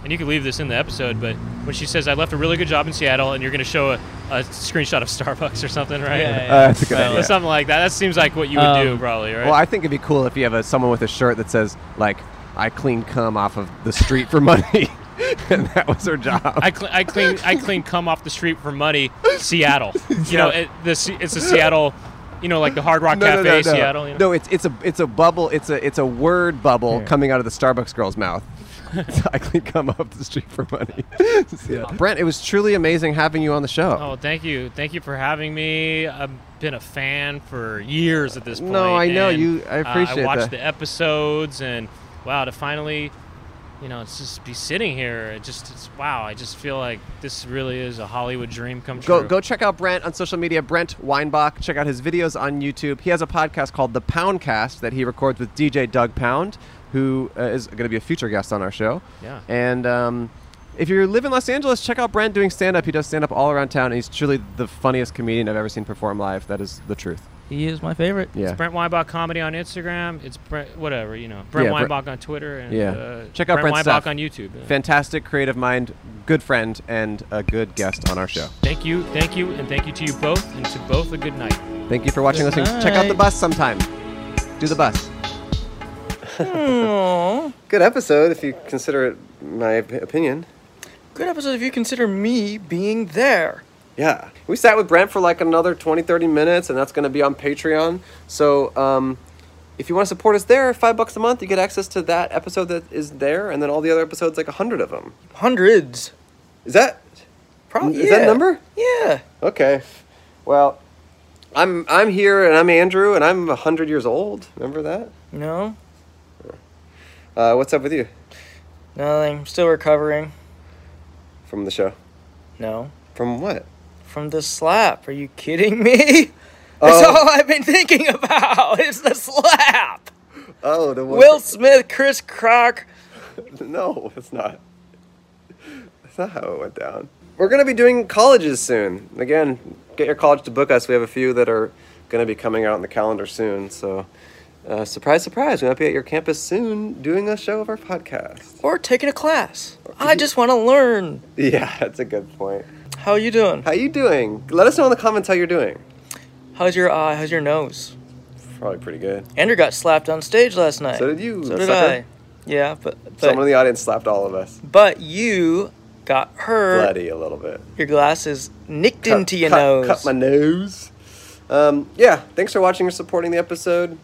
and you can leave this in the episode. But when she says, "I left a really good job in Seattle," and you're gonna show a, a screenshot of Starbucks or something, right? Yeah, yeah, Uh, that's a good yeah. idea. Something like that. That seems like what you would Um, do, probably, right? Well, I think it'd be cool if you have a, someone with a shirt that says like, "I clean cum off of the street for money," [LAUGHS] and that was her job. [LAUGHS] I, cl- I clean I clean cum off the street for money, Seattle. You know, it, the, Se- it's a Seattle, you know, like the Hard Rock Cafe, Seattle. You know? No, it's it's a it's a bubble. It's a it's a word bubble Yeah. coming out of the Starbucks girl's [LAUGHS] mouth. [LAUGHS] I can come up the street for money. [LAUGHS] Yeah. Brent, it was truly amazing having you on the show. Oh, thank you, thank you for having me. I've been a fan for years at this point. No, I know. and, You- I Uh, appreciate I that. watched the episodes, and wow, to finally, you know, it's just be sitting here. It just, it's, wow. I just feel like this really is a Hollywood dream come Go true. go check out Brent on social media. Brent Weinbach. Check out his videos on YouTube. He has a podcast called The Poundcast that he records with DJ Doug Pound, who uh, is going to be a future guest on our show. Yeah. And um, if you live in Los Angeles, check out Brent doing stand up. He does stand up all around town. And he's truly the funniest comedian I've ever seen perform live. That is the truth. He is my favorite. Yeah. It's Brent Weinbach comedy on Instagram. It's Brent, whatever you know. Brent Yeah, Brent- Weinbach on Twitter. And, yeah. Uh, check out Brent Brent's Weinbach stuff. on YouTube. yeah. Fantastic creative mind, good friend, and a good guest on our show. Thank you, thank you, and thank you to you both, and to both a good night. Thank you for watching, Good listening. Check out the night. bus sometime. Do the bus. Good episode, if you consider it my op- opinion. Good episode if you consider me being there. Yeah. We sat with Brent for like another 20, 30 minutes, and that's going to be on Patreon. So, um, if you want to support us there, five bucks a month, you get access to that episode that is there, and then all the other episodes, like a hundred of them. Hundreds. Is that Probably. is that a yeah. number? Yeah. Okay. Well, I'm I'm here, and I'm Andrew, and I'm hundred years old. Remember that? No, Uh, what's up with you nothing. I'm still recovering. from the show? No. From what? From the slap. Are you kidding me? [LAUGHS] That's Oh. all I've been thinking about. It's the slap. Oh, the one. Will Smith, Chris Crock. [LAUGHS] no, it's not. That's not how it went down. We're gonna be doing colleges soon. Again, get your college to book us. We have a few that are gonna be coming out on the calendar soon. So, uh, surprise, surprise, we might be at your campus soon doing a show of our podcast. [LAUGHS] Or taking a class. I just want to learn. Yeah, that's a good point. How are you doing? How you doing? Let us know in the comments how you're doing. How's your eye? How's your nose? Probably pretty good. Andrew got slapped on stage last night. So did you, So did sucker. I. Yeah, but but, Someone in the audience slapped all of us. but you got hurt. Bloody a little bit. Your glasses nicked Cut- into Er, your cut- nose. Cut my nose. Um, yeah, thanks for watching or supporting the episode.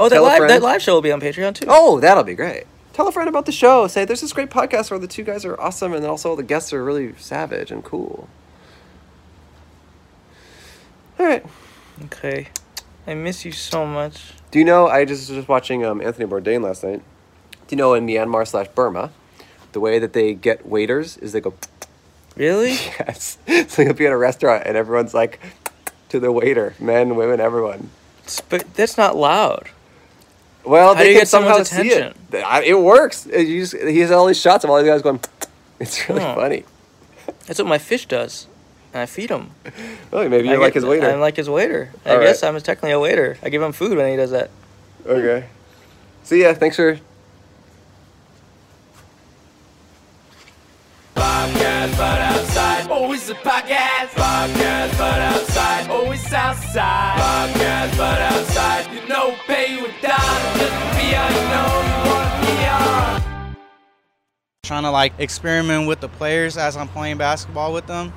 Oh, that Tell a live, friend. that live show will be on Patreon too. Oh, that'll be great. Tell a friend about the show. Say there's this great podcast where the two guys are awesome and also the guests are really savage and cool. All right. Okay. I miss you so much. Do you know? I just was just watching um, Anthony Bourdain last night. Do you know in Myanmar slash Burma, the way that they get waiters is they go. [LAUGHS] Really? yes. [LAUGHS] So you'll be at a restaurant and everyone's like, to the waiter, men, women, everyone. But that's not loud. Well, How they do you can get somehow someone's see it. Th- I- It works. It- you just- he has all these shots of all these guys going. [LAUGHS] It's really Huh. funny. That's what my fish does. and I feed him. Oh, maybe I you're like get- his waiter. I'm like his waiter. I All guess right. I'm technically a waiter. I give him food when he does that. Okay. So yeah, thanks for Bobcats, but outside, always the podcast. Bobcats, but outside, always outside. Bobcats, but outside, you know, pay with Don. Just be unknown, you wanna be on. Trying to like experiment with the players as I'm playing basketball with them.